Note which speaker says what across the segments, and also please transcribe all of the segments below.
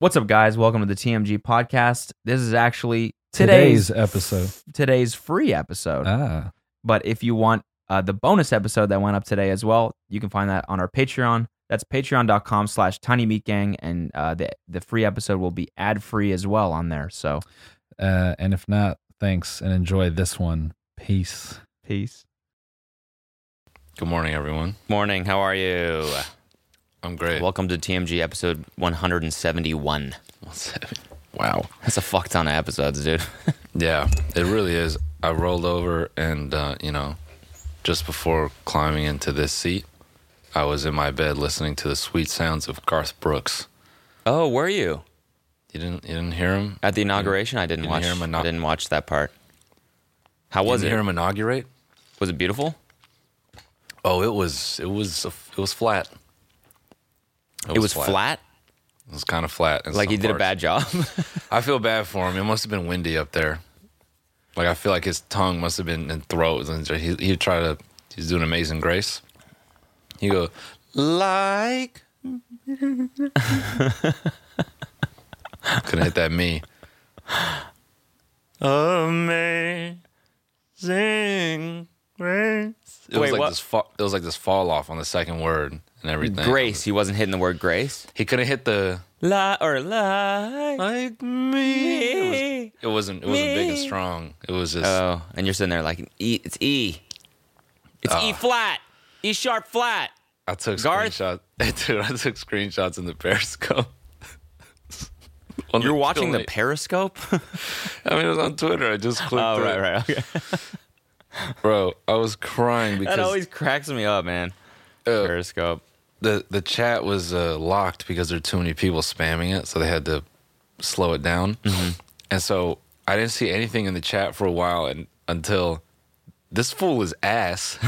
Speaker 1: What's up, guys? Welcome to the TMG podcast. This is actually today's
Speaker 2: Today's episode.
Speaker 1: today's free episode.
Speaker 3: Uh.
Speaker 2: Ah,
Speaker 1: but if you want uh, the bonus episode that went up today as well, you can find that on our Patreon. That's patreon.com slash tiny meat gang. And uh, the, the free episode will be ad free as well on there. So
Speaker 2: uh, and if not, thanks and enjoy this one. Peace.
Speaker 1: peace.
Speaker 3: Good morning, everyone.
Speaker 4: Morning. How are you?
Speaker 3: I'm great.
Speaker 4: Welcome to TMG episode 171.
Speaker 3: Wow.
Speaker 4: That's a fuck ton of episodes, dude.
Speaker 3: Yeah, it really is. I rolled over, and uh, you know, just before climbing into this seat, I was in my bed listening to the sweet sounds of Garth Brooks.
Speaker 4: Oh, were you
Speaker 3: You didn't? You didn't hear him?
Speaker 4: at the inauguration? I didn't,
Speaker 3: Didn't
Speaker 4: watch.
Speaker 3: hear him
Speaker 4: I
Speaker 3: inau-
Speaker 4: didn't watch that part. How
Speaker 3: You
Speaker 4: was
Speaker 3: didn't
Speaker 4: it?
Speaker 3: hear him inaugurate?
Speaker 4: Was it beautiful?
Speaker 3: Oh, it was. It was. It was flat.
Speaker 4: It was flat.
Speaker 3: It was kind of flat. in
Speaker 4: Like he
Speaker 3: some
Speaker 4: did a
Speaker 3: parts.
Speaker 4: bad job.
Speaker 3: I feel bad for him. It must have been windy up there. Like I feel like his tongue must have been in throat. And he he try to he's doing Amazing Grace. He go like couldn't hit that me. Amazing Grace. It was
Speaker 4: Wait,
Speaker 3: like
Speaker 4: what?
Speaker 3: this. Fa- it was like this fall off on the second word and everything.
Speaker 4: grace. He wasn't hitting the word grace.
Speaker 3: He couldn't hit the
Speaker 4: La or la.
Speaker 3: like me. It, was, not It wasn't big and strong. It was just.
Speaker 4: Oh, and you're sitting there like E. It's E. It's E flat. E sharp flat.
Speaker 3: I took
Speaker 4: Garth-
Speaker 3: screenshots. Dude, I took screenshots in the Periscope. On
Speaker 4: You're
Speaker 3: the
Speaker 4: watching the
Speaker 3: Twitter.
Speaker 4: Periscope.
Speaker 3: I mean, it was on Twitter. I just clicked.
Speaker 4: oh,
Speaker 3: it.
Speaker 4: right, right. Okay.
Speaker 3: Bro, I was crying because
Speaker 4: That always cracks me up, man.
Speaker 3: uh,
Speaker 4: Periscope.
Speaker 3: the the chat was uh, locked because there were too many people spamming it, so they had to slow it down.
Speaker 4: Mm-hmm.
Speaker 3: And so I didn't see anything in the chat for a while, and until this fool is ass.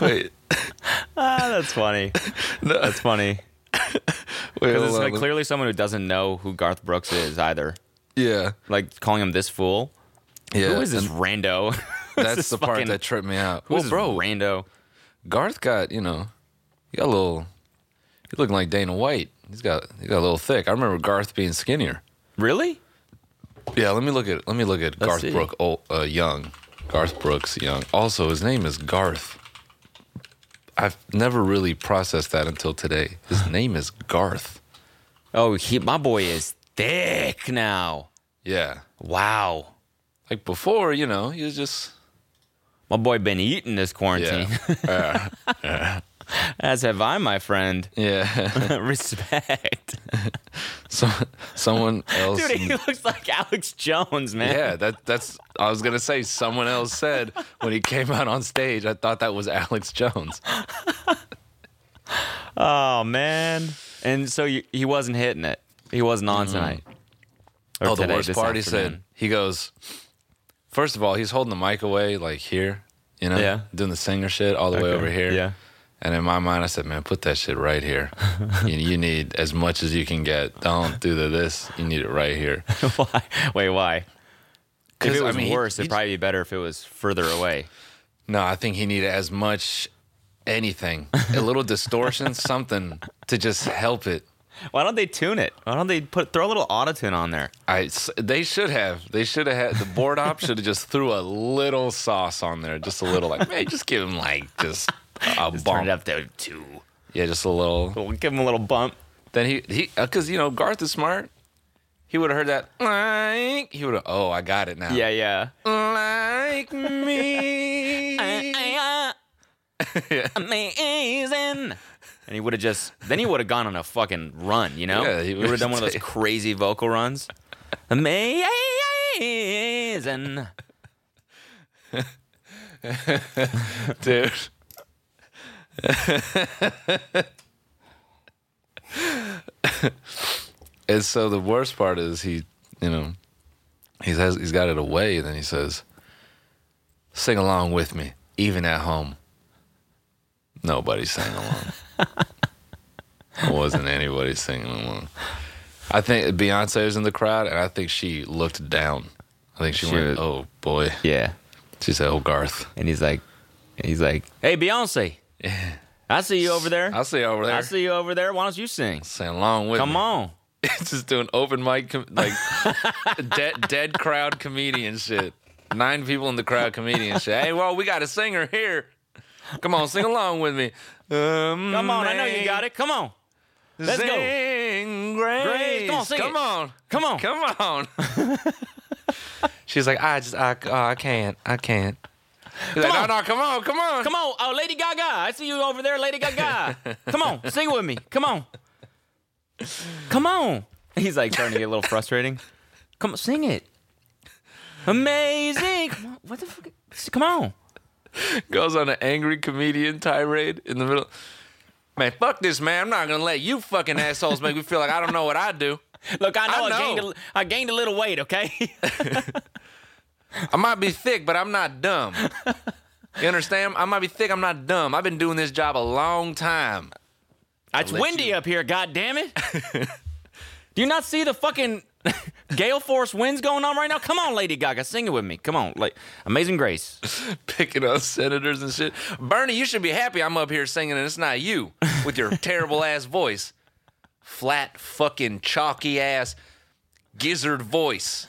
Speaker 3: wait,
Speaker 4: Ah, that's funny. That's funny.
Speaker 3: wait,
Speaker 4: Because it's
Speaker 3: hold on.
Speaker 4: like clearly someone who doesn't know who Garth Brooks is either.
Speaker 3: yeah,
Speaker 4: Like calling him this fool.
Speaker 3: yeah.
Speaker 4: Who is this
Speaker 3: and
Speaker 4: rando?
Speaker 3: That's the part
Speaker 4: fucking-
Speaker 3: that tripped me out.
Speaker 4: Who's
Speaker 3: well, bro,
Speaker 4: rando?
Speaker 3: Garth got you know, he got a little. He's looking like Dana White. He's got he got a little thick. I remember Garth being skinnier.
Speaker 4: Really?
Speaker 3: Yeah, let me look at let me look at Garth
Speaker 4: see.
Speaker 3: Brooks old, uh, young. Garth Brooks young. Also, his name is Garth. I've never really processed that until today. His name is Garth.
Speaker 4: Oh, he, my boy is thick now.
Speaker 3: Yeah,
Speaker 4: Wow.
Speaker 3: like before, you know, he was just
Speaker 4: My boy been eating this quarantine.
Speaker 3: yeah,
Speaker 4: As have I, my friend.
Speaker 3: yeah.
Speaker 4: Respect.
Speaker 3: so, someone else.
Speaker 4: Dude, he looks like Alex Jones, man.
Speaker 3: Yeah, that that's I was gonna say someone else said when he came out on stage, I thought that was Alex Jones.
Speaker 4: Oh, man. And so you, he wasn't hitting it. He wasn't on tonight. Or
Speaker 3: oh, the
Speaker 4: today,
Speaker 3: worst
Speaker 4: this
Speaker 3: part he
Speaker 4: afternoon.
Speaker 3: said he goes first of all, he's holding the mic away like here, you know?
Speaker 4: Yeah.
Speaker 3: Doing the singer shit all the way
Speaker 4: Okay,
Speaker 3: over here.
Speaker 4: yeah.
Speaker 3: And in my mind I said, Man, put that shit right here. you, you need as much as you can get. Don't do the this. You need it right here.
Speaker 4: why? Wait, why? If
Speaker 3: 'Cause,
Speaker 4: it
Speaker 3: I
Speaker 4: was
Speaker 3: mean, he-
Speaker 4: worse,
Speaker 3: he-
Speaker 4: it'd probably be better if it was further away.
Speaker 3: No, I think he needed as much anything. A little distortion, something to just help it.
Speaker 4: Why don't they tune it? Why don't they put throw a little autotune on there?
Speaker 3: I s- they should have they should have had the board op should have just threw a little sauce on there, just a little like man, just give him like just a
Speaker 4: Turn
Speaker 3: bump,
Speaker 4: it up to two.
Speaker 3: yeah, just a little.
Speaker 4: We'll give him a little bump.
Speaker 3: Then he he because you know Garth is smart. He would have heard that like he would have oh I got it now
Speaker 4: Yeah, yeah.
Speaker 3: like me
Speaker 4: Amazing. And he would have just then he would have gone on a fucking run, you know?
Speaker 3: Yeah, he
Speaker 4: he would have done one of those
Speaker 3: would've-
Speaker 4: crazy vocal runs. Amazing.
Speaker 3: dude And so the worst part is he, you know, he says he's got it away, and then he says, "Sing along with me, even at home." Nobody sang along. There wasn't anybody singing along. I think Beyonce was in the crowd, and I think she looked down. I think she,
Speaker 4: She
Speaker 3: went,
Speaker 4: was-
Speaker 3: "Oh boy,"
Speaker 4: Yeah.
Speaker 3: she said, "Oh Garth."
Speaker 4: And he's like, and he's like, hey Beyonce, I see you over there.
Speaker 3: I see you over there.
Speaker 4: I see you over there. Why don't you sing?
Speaker 3: Sing along with
Speaker 4: Come
Speaker 3: me.
Speaker 4: on.
Speaker 3: It's just doing open mic, com- like dead, dead crowd comedian shit. Nine people in the crowd comedian shit. Hey, well, we got a singer here. Come on, sing along with me.
Speaker 4: Come on. I know you got it. Come on. Let's go.
Speaker 3: Sing Grace.
Speaker 4: Grace. Come on, sing it.
Speaker 3: Come on.
Speaker 4: Come on.
Speaker 3: Come on. She's like, I just, I, oh, I can't, I can't. He's like,
Speaker 4: on.
Speaker 3: no, no, come on, come on.
Speaker 4: Come on. Oh, Lady Gaga. I see you over there, Lady Gaga. Come on. Sing with me. Come on. Come on. He's like starting to get a little frustrating. Come on. Sing it. Amazing. Come on. What the fuck? Come on.
Speaker 3: goes on an angry comedian tirade in the middle. Man, fuck this, man. I'm not gonna let you fucking assholes make me feel like I don't know what I do.
Speaker 4: Look, I know I,
Speaker 3: I
Speaker 4: gained
Speaker 3: know.
Speaker 4: a, I gained a little weight, okay?
Speaker 3: I might be thick, but I'm not dumb. You understand? I might be thick, I'm not dumb. I've been doing this job a long time.
Speaker 4: It's
Speaker 3: let
Speaker 4: windy
Speaker 3: you-
Speaker 4: up here, god damn it. Do you not see the fucking gale force winds going on right now? Come on, Lady Gaga, sing it with me. Come on, like Amazing Grace.
Speaker 3: Picking up senators and shit. Bernie, you should be happy I'm up here singing and it's not you with your terrible ass voice. Flat fucking chalky ass gizzard voice.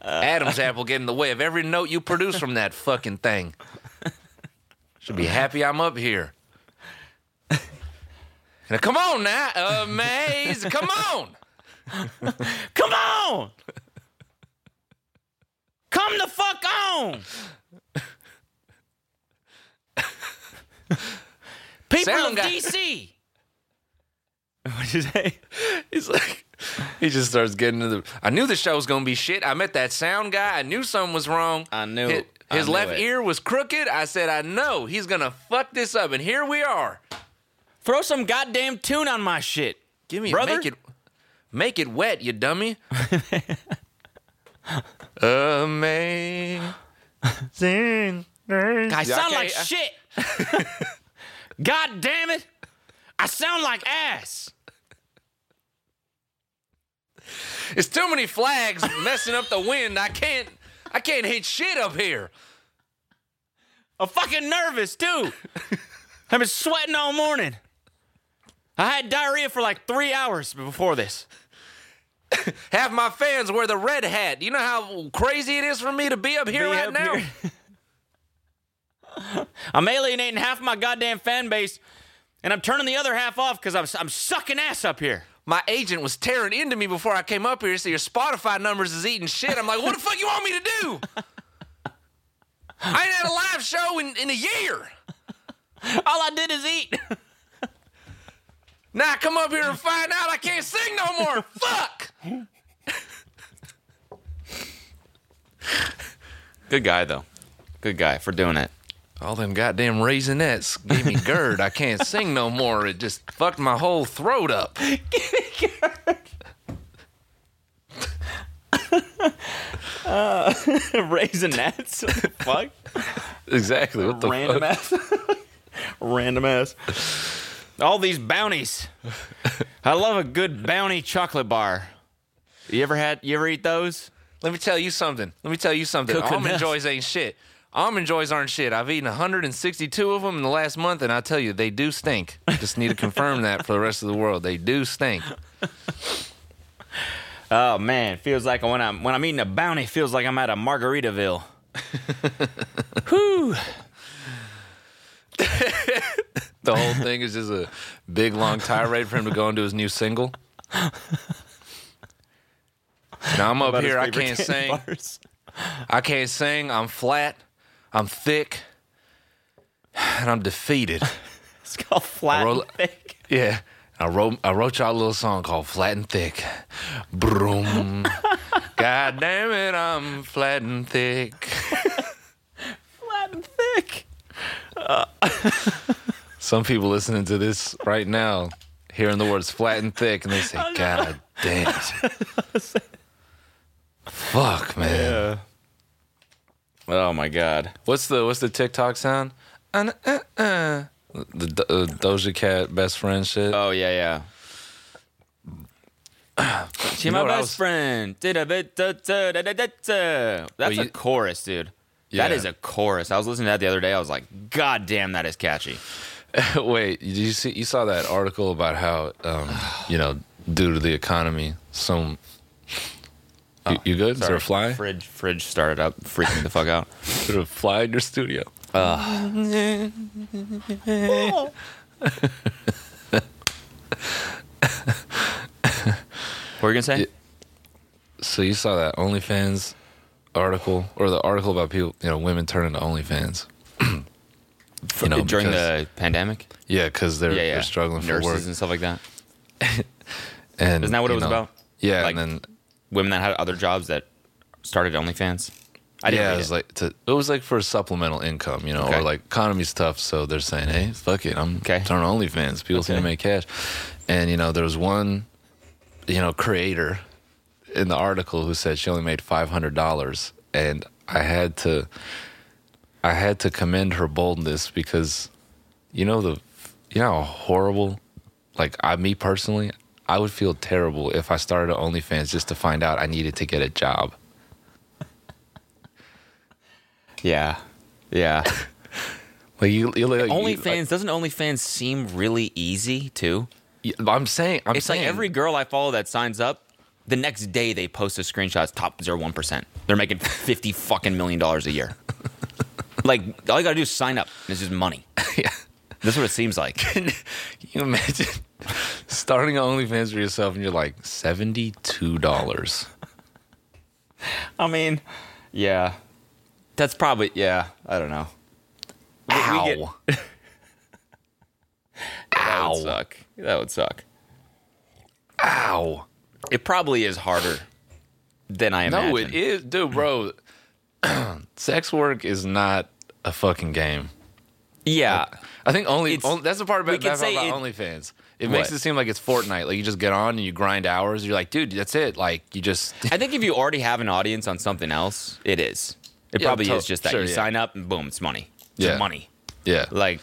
Speaker 3: Adam's apple get in the way of every note you produce from that fucking thing. Should be happy I'm up here. Now, come on now, amaze! Come on,
Speaker 4: Come on! Come the fuck on! People
Speaker 3: Sound
Speaker 4: of
Speaker 3: guy-
Speaker 4: DC! What'd you say?
Speaker 3: He's like, he just starts getting to the. I knew the show was gonna be shit. I met that sound guy. I knew something was wrong.
Speaker 4: I knew-
Speaker 3: His,
Speaker 4: I
Speaker 3: his
Speaker 4: knew
Speaker 3: left
Speaker 4: it.
Speaker 3: ear was crooked. I said, I know he's gonna fuck this up, and here we are.
Speaker 4: Throw some goddamn tune on my shit.
Speaker 3: Give me,
Speaker 4: Brother?
Speaker 3: make it, make it wet, you dummy. Amazing.
Speaker 4: I
Speaker 3: Yeah, I
Speaker 4: sound like
Speaker 3: can't-
Speaker 4: shit. God damn it. I sound like ass.
Speaker 3: It's too many flags messing up the wind. I can't, I can't hit shit up here.
Speaker 4: I'm fucking nervous too. I've been sweating all morning. I had diarrhea for like three hours before this.
Speaker 3: Have my fans wear the red hat. You know how crazy it is for me to be up here
Speaker 4: Be
Speaker 3: right
Speaker 4: up
Speaker 3: now.
Speaker 4: here. I'm alienating half my goddamn fan base, and I'm turning the other half off because I'm, I'm sucking ass up here.
Speaker 3: my agent was tearing into me before I came up here. So your Spotify numbers is eating shit. I'm like, what the fuck you want me to do? I ain't had a live show in, in a year.
Speaker 4: All I did is eat.
Speaker 3: Now I come up here and find out I can't sing no more. fuck.
Speaker 4: Good guy, though. Good guy for doing it.
Speaker 3: All them goddamn raisinets gave me GERD. I can't sing no more. It just fucked my whole throat up.
Speaker 4: Raisinets? What the fuck?
Speaker 3: Exactly. What the
Speaker 4: Random ass. Random ass. All these bounties. I love a good bounty chocolate bar. You ever had? You ever eat those?
Speaker 3: Let me tell you something. Let me tell you something.
Speaker 4: Coconut.
Speaker 3: Almond joys ain't shit. Almond joys aren't shit. I've eaten 162 of them in the last month, and I tell you, they do stink. Just need to confirm that for the rest of the world. They do stink.
Speaker 4: Oh man, feels like when I'm when I'm eating a bounty, feels like I'm at a Margaritaville.
Speaker 3: The whole thing is just a big long tirade for him to go into his new single. Now I'm up here. I can't sing. I can't sing. I'm flat. I'm thick, and I'm defeated.
Speaker 4: It's called flat.
Speaker 3: Roll-
Speaker 4: and thick.
Speaker 3: Yeah. I wrote I wrote y'all a little song called Flat and Thick. Broom. God damn it, I'm flat and thick.
Speaker 4: Flat and thick.
Speaker 3: Some people listening to this right now, hearing the words flat and thick, and they say,
Speaker 4: Oh,
Speaker 3: God damn. Fuck, man.
Speaker 4: Oh my god.
Speaker 3: What's the what's the TikTok sound? Uh, uh, uh. The Do- uh, Doja Cat best friend shit.
Speaker 4: Oh yeah, yeah. She
Speaker 3: You
Speaker 4: my
Speaker 3: know what I
Speaker 4: best
Speaker 3: was-
Speaker 4: friend. Da-da-ba-da-da-da-da-da-da. That's
Speaker 3: you-
Speaker 4: a chorus, dude. That
Speaker 3: Yeah.
Speaker 4: is a chorus. I was listening to that the other day. I was like, God damn, that is catchy.
Speaker 3: Wait, did you see you saw that article about how um, you know due to the economy, some you, you good? Is there a fly?
Speaker 4: Fridge, fridge started up, freaking me the fuck out.
Speaker 3: Is there a fly in your studio?
Speaker 4: What were you gonna say?
Speaker 3: So you saw that OnlyFans article or the article about people, you know, women turning to OnlyFans. you know,
Speaker 4: During
Speaker 3: because-
Speaker 4: the pandemic?
Speaker 3: yeah, because they're,
Speaker 4: yeah, yeah.
Speaker 3: they're struggling for
Speaker 4: Nurses
Speaker 3: work.
Speaker 4: and stuff like that.
Speaker 3: And,
Speaker 4: Isn't that what it
Speaker 3: you
Speaker 4: was
Speaker 3: know,
Speaker 4: about?
Speaker 3: Yeah,
Speaker 4: Like,
Speaker 3: and then
Speaker 4: Women that had other jobs that started OnlyFans. I didn't
Speaker 3: yeah,
Speaker 4: read
Speaker 3: it
Speaker 4: it.
Speaker 3: was like to, it was like for supplemental income, you know,
Speaker 4: Okay.
Speaker 3: or like economy's tough, so they're saying, "Hey, fuck it, I'm
Speaker 4: Okay.
Speaker 3: turning on OnlyFans. People seem to
Speaker 4: Okay.
Speaker 3: make cash." And you know, there was one, you know, creator in the article who said she only made five hundred dollars, and I had to, I had to commend her boldness because, you know the, you know how horrible, like I me personally, I would feel terrible if I started on OnlyFans just to find out I needed to get a job.
Speaker 4: yeah. Yeah.
Speaker 3: Like you, you like, you-
Speaker 4: OnlyFans, doesn't OnlyFans seem really easy too?
Speaker 3: Yeah, I'm saying, I'm
Speaker 4: It's
Speaker 3: saying
Speaker 4: like every girl I follow that signs up, the next day they post a screenshot top 0.1%. They're making 50 fucking million dollars a year. like, all you gotta do is sign up. This is money.
Speaker 3: Yeah.
Speaker 4: That's what it seems like.
Speaker 3: Can you imagine starting an OnlyFans for yourself and you're like seventy-two dollars?
Speaker 4: I mean, yeah. That's probably, yeah, I don't know.
Speaker 3: Ow!
Speaker 4: get- That would
Speaker 3: Ow.
Speaker 4: suck. That would suck.
Speaker 3: Ow!
Speaker 4: It probably is harder than I imagine.
Speaker 3: No, it is, dude, bro. sex work is not a fucking game.
Speaker 4: Yeah.
Speaker 3: I think only,
Speaker 4: It's-
Speaker 3: on- that's the part
Speaker 4: we
Speaker 3: about,
Speaker 4: could
Speaker 3: bad part
Speaker 4: say
Speaker 3: about
Speaker 4: it-
Speaker 3: OnlyFans. It makes
Speaker 4: What?
Speaker 3: it seem like it's Fortnite. Like you just get on and you grind hours. You're like, dude, that's it. Like you just
Speaker 4: I think if you already have an audience on something else, it is. It
Speaker 3: Yeah,
Speaker 4: probably
Speaker 3: to-
Speaker 4: is just that
Speaker 3: sure,
Speaker 4: you
Speaker 3: yeah.
Speaker 4: sign up and boom, it's money. It's
Speaker 3: Yeah.
Speaker 4: money.
Speaker 3: yeah.
Speaker 4: Like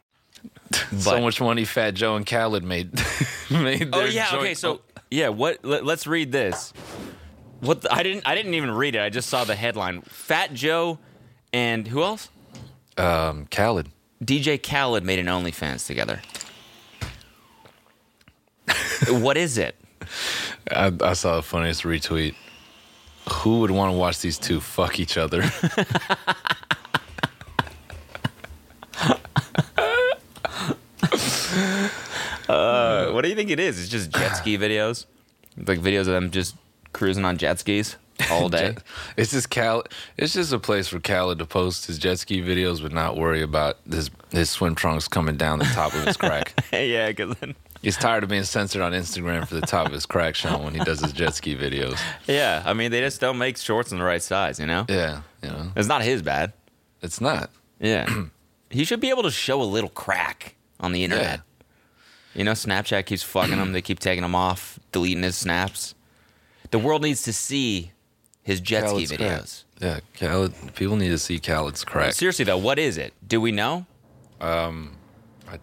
Speaker 3: so much money Fat Joe and Khaled made. made
Speaker 4: Oh
Speaker 3: their
Speaker 4: yeah, okay,
Speaker 3: joint-
Speaker 4: so yeah, what let, us read this. What the, I didn't I didn't even read it. I just saw the headline. Fat Joe and who else?
Speaker 3: um, Khaled.
Speaker 4: DJ Khaled made an OnlyFans together. what is it?
Speaker 3: I, I saw the funniest retweet. Who would want to watch these two fuck each other?
Speaker 4: Uh, What do you think it is? It's just jet ski videos. Like videos of them just cruising on jet skis all day.
Speaker 3: it's just Cal. It's just a place for Khaled to post his jet ski videos, but not worry about his his swim trunks coming down the top of his crack.
Speaker 4: yeah, because then
Speaker 3: He's tired of being censored on Instagram for the top of his crack showing when he does his jet ski videos.
Speaker 4: Yeah, I mean they just don't make shorts in the right size, you know?
Speaker 3: Yeah, you know,
Speaker 4: It's not his bad.
Speaker 3: it's not.
Speaker 4: Yeah. he should be able to show a little crack on the internet. You know, Snapchat keeps fucking him. They keep taking him off, deleting his snaps. The world needs to see his jet
Speaker 3: Khaled's
Speaker 4: ski
Speaker 3: crack.
Speaker 4: videos.
Speaker 3: Yeah, Khaled. People need to see Khaled's crack.
Speaker 4: Seriously though, what is it? Do we know?
Speaker 3: Um, I-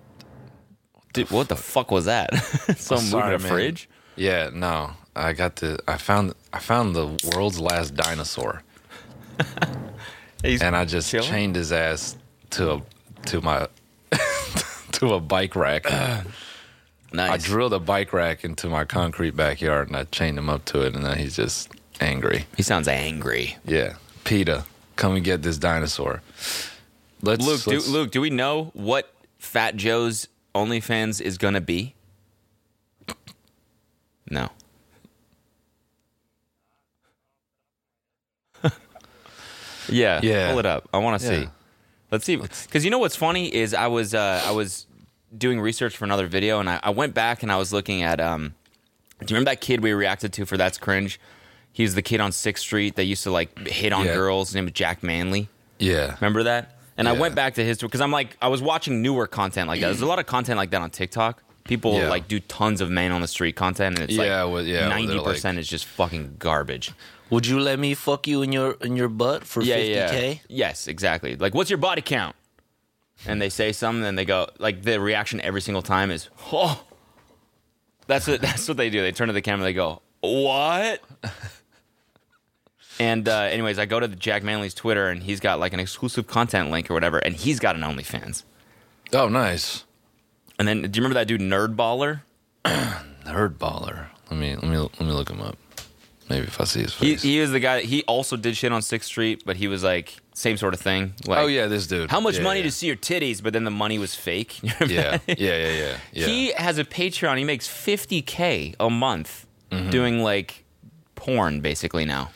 Speaker 4: Dude, what the fuck was that? Someone
Speaker 3: sorry,
Speaker 4: moving a
Speaker 3: man.
Speaker 4: fridge?
Speaker 3: Yeah, no. I got the. I found. I found the world's last dinosaur,
Speaker 4: He's
Speaker 3: and I just
Speaker 4: chilling?
Speaker 3: chained his ass to a to my to a bike rack. I
Speaker 4: nice.
Speaker 3: drilled a bike rack into my concrete backyard, and I chained him up to it, and then he's just angry.
Speaker 4: he sounds angry.
Speaker 3: Yeah, Peta, come and get this dinosaur. Let's
Speaker 4: Luke, do,
Speaker 3: let's-
Speaker 4: Luke, do we know what Fat Joe's OnlyFans is gonna be? No. yeah,
Speaker 3: Yeah.
Speaker 4: Pull it up. I want to
Speaker 3: Yeah.
Speaker 4: see. Let's see. Because you know what's funny is I was uh, I was doing research for another video and I, I went back and I was looking at um. Do you remember that kid we reacted to for That's Cringe? He was the kid on Sixth Street that used to like hit on
Speaker 3: Yeah.
Speaker 4: girls. His name was Jack Manley.
Speaker 3: Yeah,
Speaker 4: Remember that? And I
Speaker 3: Yeah.
Speaker 4: went back to history because I'm like, I was watching newer content like that. There's a lot of content like that on TikTok. People
Speaker 3: Yeah.
Speaker 4: like do tons of man on the street content, and it's
Speaker 3: Yeah,
Speaker 4: like
Speaker 3: well, yeah, well, they're
Speaker 4: ninety
Speaker 3: like-
Speaker 4: percent is just fucking garbage.
Speaker 5: Would you let me fuck you in your in your butt for
Speaker 4: Yeah,
Speaker 5: fifty
Speaker 4: yeah, yeah.
Speaker 5: k?
Speaker 4: Yes, exactly. Like, what's your body count? And they say something, and they go like the reaction every single time is, oh, that's what that's what they do. They turn to the camera, they go, what? And uh, anyways, I go to Jack Manley's Twitter, and he's got like an exclusive content link or whatever, and he's got an OnlyFans.
Speaker 3: Oh, nice.
Speaker 4: And then, do you remember that dude Nerd Baller?
Speaker 3: Nerd baller. Let me let me let me look him up. Maybe if I see his
Speaker 4: He
Speaker 3: face.
Speaker 4: he was the guy. He also did shit on Sixth Street, but he was like same sort of thing. Like,
Speaker 3: oh yeah, this dude.
Speaker 4: how much
Speaker 3: Yeah,
Speaker 4: money
Speaker 3: yeah.
Speaker 4: to see your titties? But then the money was fake. You remember
Speaker 3: Yeah, yeah,
Speaker 4: that?
Speaker 3: yeah, yeah. yeah.
Speaker 4: He has a Patreon. He makes fifty k a month
Speaker 3: Mm-hmm.
Speaker 4: doing like porn, basically now,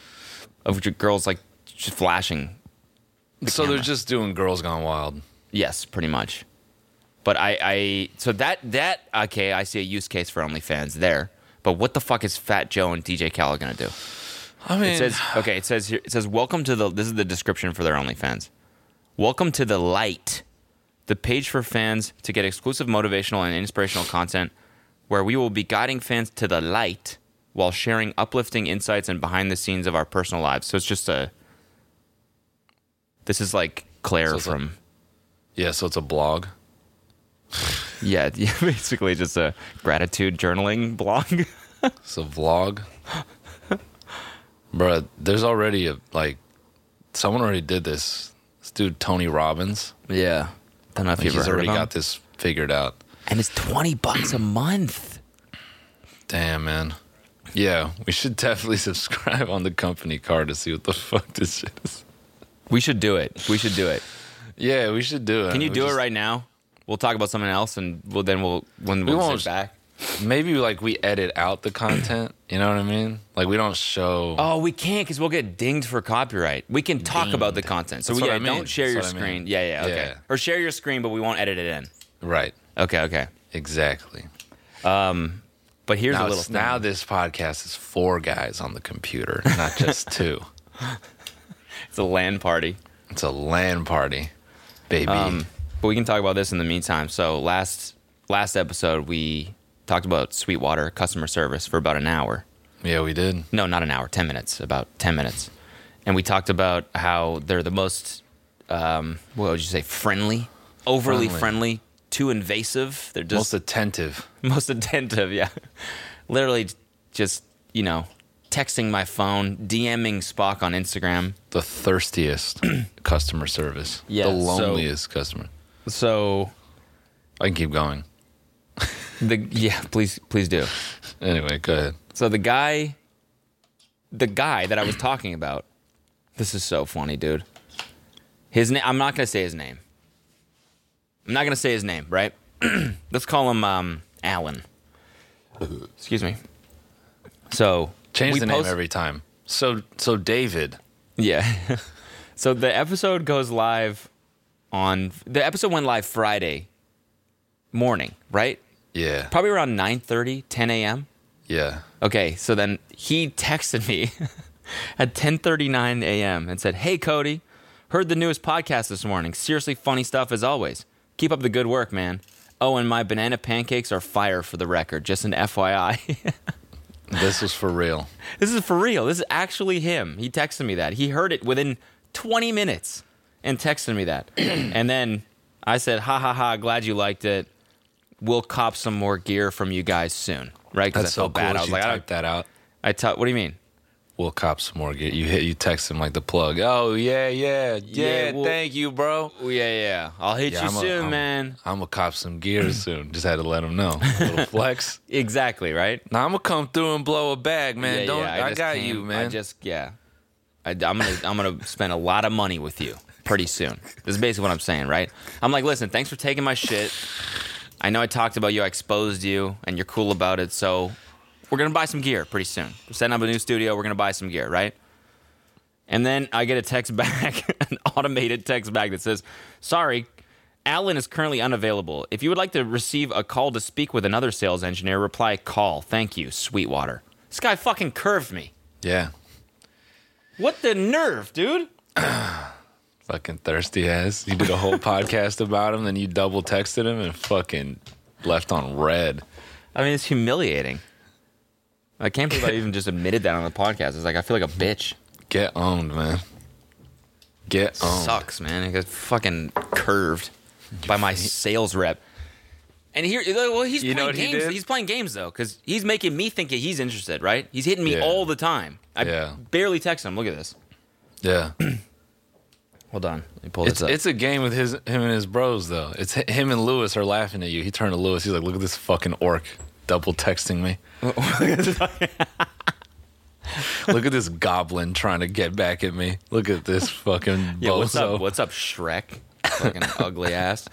Speaker 4: of j- girls like just flashing.
Speaker 3: so they're just doing Girls Gone Wild.
Speaker 4: Yes, pretty much. But I, I so that that okay, I see a use case for OnlyFans there. But what the fuck is Fat Joe and DJ Khaled gonna do?
Speaker 3: I mean,
Speaker 4: It says okay. It says here. It says welcome to the. This is the description for their OnlyFans. Welcome to the light, the page for fans to get exclusive motivational and inspirational content, where we will be guiding fans to the light while sharing uplifting insights and behind the scenes of our personal lives. So it's just a. This is like Claire
Speaker 3: So it's like-
Speaker 4: from
Speaker 3: yeah. So it's a blog.
Speaker 4: yeah, yeah, basically just a gratitude journaling blog.
Speaker 3: It's a vlog. Bruh, there's already a like, someone already did this. This dude Tony Robbins.
Speaker 4: yeah, don't know if
Speaker 3: Like,
Speaker 4: you've
Speaker 3: he's
Speaker 4: ever heard
Speaker 3: already
Speaker 4: of him.
Speaker 3: got this figured out.
Speaker 4: And it's twenty bucks a month.
Speaker 3: Damn, man. Yeah, we should definitely subscribe on the company card to see what the fuck this shit is.
Speaker 4: We should do it. We should do it.
Speaker 3: Yeah, we should do it.
Speaker 4: Can you
Speaker 3: We
Speaker 4: do it
Speaker 3: just-
Speaker 4: right now? We'll talk about something else, and we'll then we'll when
Speaker 3: We
Speaker 4: we'll
Speaker 3: won't-
Speaker 4: sit back.
Speaker 3: Maybe like we edit out the content. You know what I mean? Like we don't show.
Speaker 4: Oh, we can't because we'll get dinged for copyright. We can talk about the content, so
Speaker 3: That's
Speaker 4: we
Speaker 3: what
Speaker 4: yeah,
Speaker 3: I mean.
Speaker 4: don't share
Speaker 3: That's
Speaker 4: your
Speaker 3: what I mean.
Speaker 4: screen. Yeah, yeah, okay.
Speaker 3: Yeah.
Speaker 4: Or share your screen, but we won't edit it in.
Speaker 3: Right.
Speaker 4: Okay, okay.
Speaker 3: Exactly.
Speaker 4: But here's
Speaker 3: now,
Speaker 4: a little
Speaker 3: it's- now
Speaker 4: thing.
Speaker 3: this podcast is four guys on the computer, not just two.
Speaker 4: It's a land party.
Speaker 3: It's a LAN party, baby.
Speaker 4: But we can talk about this in the meantime. So last last episode we talked about Sweetwater customer service for about an hour.
Speaker 3: yeah, we did.
Speaker 4: no, not an hour, 10 minutes, about 10 minutes. And we talked about how they're the most, um, what would you say, friendly, overly friendly,
Speaker 3: Friendly.
Speaker 4: too invasive. They're just
Speaker 3: Most attentive.
Speaker 4: most attentive, yeah. Literally just, you know, texting my phone, DMing Spock on Instagram.
Speaker 3: the thirstiest customer service.
Speaker 4: Yeah,
Speaker 3: the
Speaker 4: so-
Speaker 3: loneliest customer.
Speaker 4: So,
Speaker 3: I can keep going.
Speaker 4: the yeah, please, please do.
Speaker 3: Anyway, go ahead.
Speaker 4: So the guy, the guy that I was talking about, this is so funny, dude. His name, I'm not gonna say his name. I'm not gonna say his name, right? Let's call him um, Alan. Excuse me. So
Speaker 3: Change
Speaker 4: we
Speaker 3: the
Speaker 4: post-
Speaker 3: name every time. So so David.
Speaker 4: yeah. so the episode goes live on the episode went live Friday morning, right?
Speaker 3: Yeah.
Speaker 4: Probably around 9:30, 10 a.m.
Speaker 3: yeah.
Speaker 4: Okay, so then he texted me at 10:39 a.m. and said, "Hey Cody, heard the newest podcast this morning. Seriously funny stuff as always. Keep up the good work, man. Oh, and my banana pancakes are fire for the record, just an FYI."
Speaker 3: This was for real.
Speaker 4: This is for real. This is actually him. He texted me that. He heard it within 20 minutes and texted me that. and then I said, ha ha ha, glad you liked it. We'll cop some more gear from you guys soon. Right? Because I
Speaker 3: That's so
Speaker 4: felt
Speaker 3: cool.
Speaker 4: bad.
Speaker 3: that
Speaker 4: I was
Speaker 3: you
Speaker 4: like, I
Speaker 3: typed
Speaker 4: don't-
Speaker 3: that out.
Speaker 4: I t- what do you mean?
Speaker 3: We'll cop some more. gear. You hit. You text him like the plug. Oh yeah, yeah, yeah.
Speaker 4: we'll-
Speaker 3: thank you, bro.
Speaker 4: Oh, yeah, yeah. I'll hit
Speaker 3: Yeah,
Speaker 4: you
Speaker 3: I'm a-
Speaker 4: soon,
Speaker 3: I'm-
Speaker 4: man.
Speaker 3: I'm gonna cop some gear soon. Just had to let him know. A little flex.
Speaker 4: Exactly, right?
Speaker 3: Now I'm gonna come through and blow a bag, man.
Speaker 4: Yeah,
Speaker 3: Don't.
Speaker 4: yeah,
Speaker 3: I,
Speaker 4: just
Speaker 3: got
Speaker 4: came-
Speaker 3: you, man.
Speaker 4: I just yeah. I, am gonna I'm gonna spend a lot of money with you pretty soon. This is basically what I'm saying, right? I'm like, listen, thanks for taking my shit. I know I talked about you, I exposed you, and you're cool about it. So we're gonna buy some gear pretty soon. We're setting up a new studio. We're gonna buy some gear, right? And then I get a text back, an automated text back that says, Sorry, Alan is currently unavailable. If you would like to receive a call to speak with another sales engineer, reply call. Thank you, Sweetwater. This guy fucking curved me.
Speaker 3: yeah.
Speaker 4: What the nerve, dude?
Speaker 3: Fucking thirsty ass. You did a whole podcast about him, then you double texted him and fucking left on red.
Speaker 4: I mean, it's humiliating. I can't believe I even just admitted that on the podcast. It's like, I feel like a bitch.
Speaker 3: Get owned, man. Get owned.
Speaker 4: Sucks, man. I got fucking curved by my sales rep. And here, well, he's
Speaker 3: You
Speaker 4: playing
Speaker 3: know what he
Speaker 4: games.
Speaker 3: did?
Speaker 4: he's playing games though, because he's making me think that he's interested. Right? He's hitting me
Speaker 3: Yeah.
Speaker 4: all the time. I
Speaker 3: Yeah.
Speaker 4: barely text him. Look at this.
Speaker 3: Yeah.
Speaker 4: Hold on. Let me pull
Speaker 3: It's
Speaker 4: this up.
Speaker 3: it's a game with his him and his bros though. It's hi- him and Lewis are laughing at you. He turned to Lewis. He's like, "Look at this fucking orc double texting me. Look at this goblin trying to get back at me. Look at this fucking bozo.
Speaker 4: yeah. What's up? What's up, Shrek? Fucking ugly ass.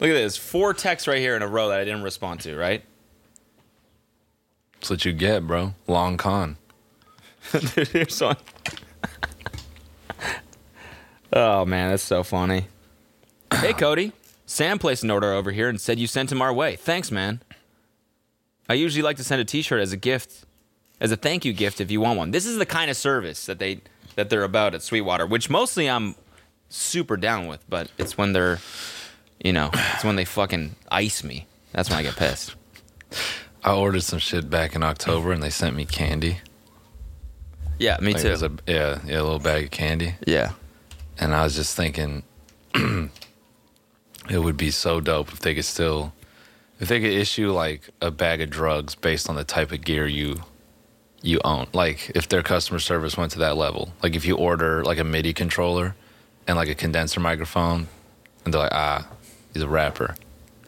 Speaker 4: Look at this. Four texts right here in a row that I didn't respond to. Right?
Speaker 3: That's what you get, bro. Long con.
Speaker 4: Dude, here's one. oh man, that's so funny. Hey Cody, Sam placed an order over here and said you sent him our way. Thanks, man. I usually like to send a T-shirt as a gift, as a thank you gift if you want one. This is the kind of service that they that they're about at Sweetwater, which mostly I'm super down with, but it's when they're, you know, it's when they fucking ice me. That's when I get pissed.
Speaker 3: I ordered some shit back in October and they sent me candy.
Speaker 4: Yeah, me
Speaker 3: Like,
Speaker 4: too.
Speaker 3: it was a- yeah, yeah, a little bag of candy.
Speaker 4: yeah.
Speaker 3: and I was just thinking it would be so dope if they could still if they could issue like a bag of drugs based on the type of gear you you own. Like if their customer service went to that level. Like if you order like a MIDI controller and like a condenser microphone and they're like, ah, he's a rapper.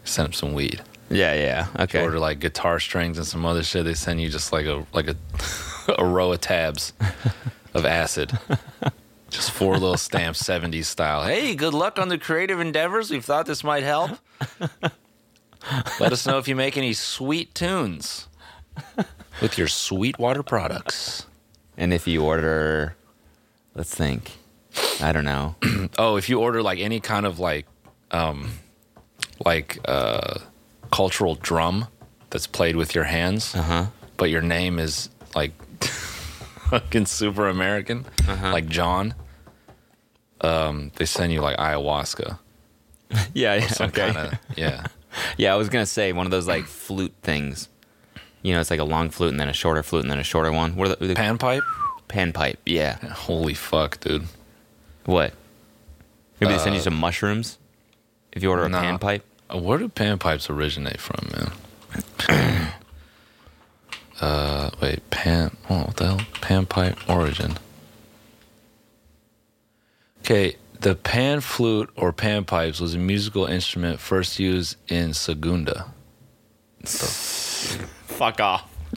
Speaker 3: Send him some weed.
Speaker 4: Yeah, yeah.
Speaker 3: If you
Speaker 4: Okay.
Speaker 3: order like guitar strings and some other shit, they send you just like a like a a row of tabs of acid. Just four little stamps, 70s style. Hey,
Speaker 5: Hey, good luck on the creative endeavors. We thought this might help.
Speaker 3: let us know if you make any sweet tunes with your Sweetwater products.
Speaker 4: And if you order, let's think. I don't know.
Speaker 3: Oh, if you order like any kind of like um like uh cultural drum that's played with your hands, but your name is like fucking super American, like John. Um, they send you like ayahuasca.
Speaker 4: yeah, yeah.
Speaker 3: Some kind of yeah.
Speaker 4: Yeah, I was gonna say one of those like flute things. You know, it's like a long flute and then a shorter flute and then a shorter one. What are the, the
Speaker 3: Panpipe?
Speaker 4: panpipe? Yeah.
Speaker 3: Holy fuck, dude.
Speaker 4: What? Maybe they send you some mushrooms if you order a
Speaker 3: nah.
Speaker 4: panpipe.
Speaker 3: Uh, Where do panpipes originate from, man? uh, wait, pan. Oh, what the hell? Panpipe origin. Okay, the pan flute or panpipes was a musical instrument first used in Segunda.
Speaker 4: Fuck off.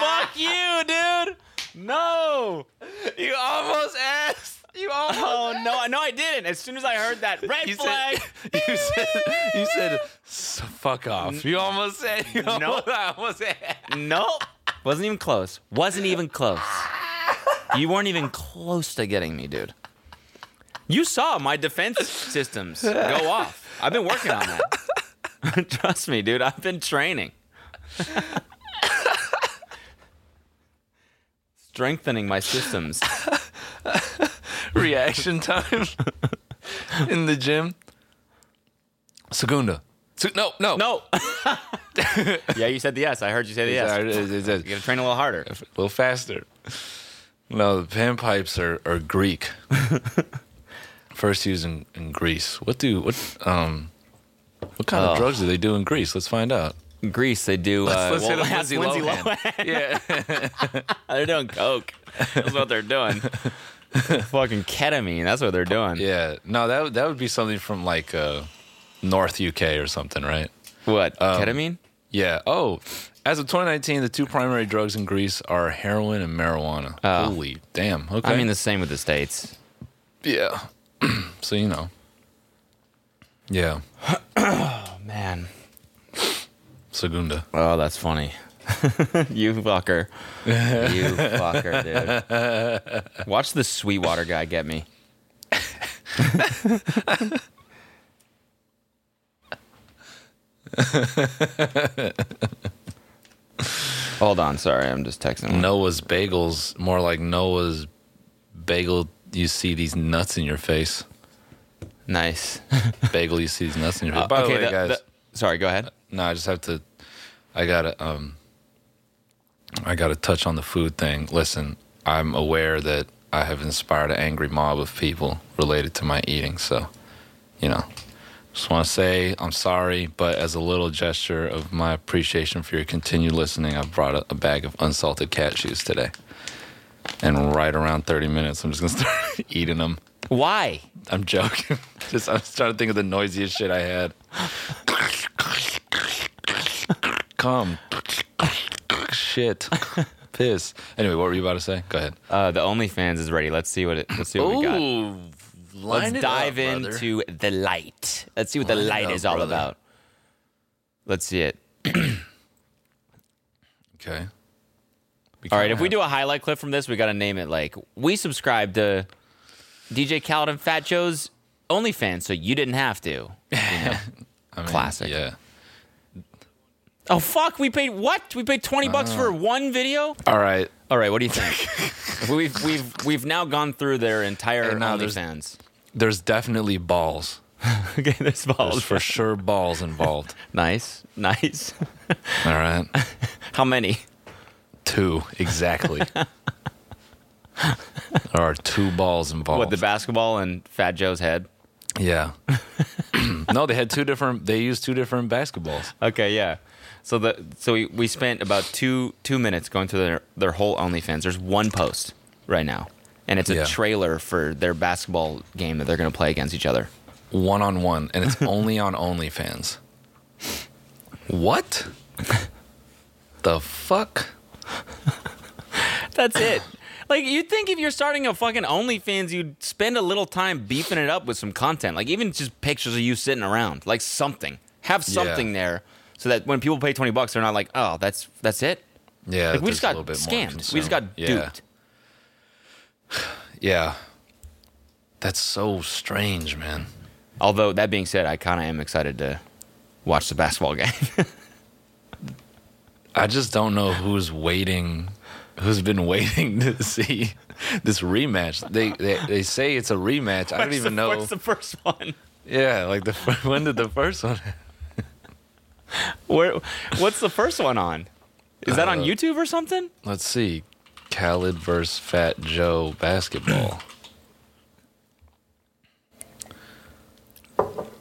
Speaker 4: Fuck you, dude. No. You almost asked. You almost. Oh no! No, I didn't. As soon as I heard that red
Speaker 3: You said,
Speaker 4: flag.
Speaker 3: you said, you said, "S- fuck off. You almost said, you almost, I almost said.
Speaker 4: Nope. Wasn't even close. Wasn't even close. You weren't even close to getting me, dude. You saw my defense systems go off. I've been working on that. Trust me, dude. I've been training. Strengthening my systems.
Speaker 3: reaction time in the gym. Segunda. Su- no, no,
Speaker 4: No. yeah, you said the yes. I heard you say the
Speaker 3: Yeah,
Speaker 4: yes.
Speaker 3: it- it- it-
Speaker 4: You gotta train a little harder.
Speaker 3: a little faster. No, the panpipes are, are Greek. First used in, in Greece. What do what um what kind
Speaker 4: Oh.
Speaker 3: of drugs do they do in Greece? Let's find out.
Speaker 4: In Greece, they do. Uh,
Speaker 3: Let's
Speaker 4: well,
Speaker 3: hit up
Speaker 4: ask
Speaker 3: Lindsay Lohan. Yeah,
Speaker 4: They're doing coke. That's what they're doing. Fucking ketamine. That's what they're doing.
Speaker 3: yeah. No, that would- that would be something from like uh, North UK or something, right?
Speaker 4: What ketamine?
Speaker 3: Yeah. Oh, as of 2019, the two primary drugs in Greece are heroin and marijuana. Holy damn. Okay.
Speaker 4: Ah. I mean, the same with the states.
Speaker 3: yeah. so you know. Yeah,
Speaker 4: Man.
Speaker 3: Segunda.
Speaker 4: Oh, that's funny. you fucker. you fucker, dude. Watch the Sweetwater guy get me. Hold on, sorry, I'm just texting. one.
Speaker 3: Noah's bagels, more like Noah's bagel. You see these nuts in your face.
Speaker 4: Nice.
Speaker 3: Bagel, you see these nuts in your face. By the way,
Speaker 4: Uh, the-
Speaker 3: guys,
Speaker 4: the- sorry, go ahead.
Speaker 3: no, I just have to. I gotta. Um, I gotta touch on the food thing. Listen, I'm aware that I have inspired an angry mob of people related to my eating. So, you know, just want to say I'm sorry, but as a little gesture of my appreciation for your continued listening, I've brought a, a bag of unsalted cat shoes today. And right around 30 minutes, I'm just gonna start eating them.
Speaker 4: Why?
Speaker 3: I'm joking. Just I was trying to think of the noisiest shit I had. Come. shit. Piss. Anyway, what were you about to say? Go ahead.
Speaker 4: Uh, the OnlyFans is ready. Let's see what it. Let's see what we got. Let's dive into the light. Let's see what the
Speaker 3: Line it
Speaker 4: light
Speaker 3: up,
Speaker 4: is all
Speaker 3: brother.
Speaker 4: about. Let's see it.
Speaker 3: Okay. We
Speaker 4: All right,
Speaker 3: kinda
Speaker 4: if we
Speaker 3: have-
Speaker 4: do a highlight clip from this, we got to name it like we subscribe to DJ Khaled and Fat Joe's OnlyFans, so you didn't have to. You know.
Speaker 3: I mean,
Speaker 4: classic.
Speaker 3: Yeah.
Speaker 4: oh fuck, we paid what? We paid twenty bucks for
Speaker 3: Uh.
Speaker 4: one video.
Speaker 3: All right.
Speaker 4: All right, what do you think? we've we've we've now gone through their entire
Speaker 3: And now there's-
Speaker 4: OnlyFans.
Speaker 3: There's definitely balls.
Speaker 4: okay, there's
Speaker 3: There's
Speaker 4: balls.
Speaker 3: for sure balls involved.
Speaker 4: Nice, nice.
Speaker 3: All right.
Speaker 4: How many?
Speaker 3: Two exactly. there are two balls involved.
Speaker 4: What the basketball and Fat Joe's head?
Speaker 3: Yeah. no, they had two different. They used two different basketballs.
Speaker 4: Okay, yeah. So the so we, we spent about two two minutes going through their their whole OnlyFans. There's one post right now, and it's a
Speaker 3: Yeah.
Speaker 4: trailer for their basketball game that they're going to play against each other.
Speaker 3: One on one, and it's only on OnlyFans. What? the fuck?
Speaker 4: That's it. Like you'd think if you're starting a fucking OnlyFans, you'd spend a little time beefing it up with some content, like even just pictures of you sitting around, like something. Have
Speaker 3: Yeah.
Speaker 4: something there so that when people pay twenty bucks, they're not like, oh, that's that's it.
Speaker 3: Yeah,
Speaker 4: Like we just
Speaker 3: there's a
Speaker 4: got
Speaker 3: little bit more
Speaker 4: scammed. We just
Speaker 3: concern.
Speaker 4: got
Speaker 3: Yeah.
Speaker 4: duped.
Speaker 3: Yeah. That's so strange, man.
Speaker 4: Although that being said, I kind of am excited to watch the basketball game.
Speaker 3: I just don't know who's waiting, who's been waiting to see this rematch. They they, they say it's a rematch. I don't
Speaker 4: What's
Speaker 3: even
Speaker 4: the-
Speaker 3: know.
Speaker 4: What's the first one?
Speaker 3: yeah, like the fir- when did the first one?
Speaker 4: Where? What's the first one on? Is that on YouTube or something?
Speaker 3: Let's see. Khaled versus Fat Joe basketball.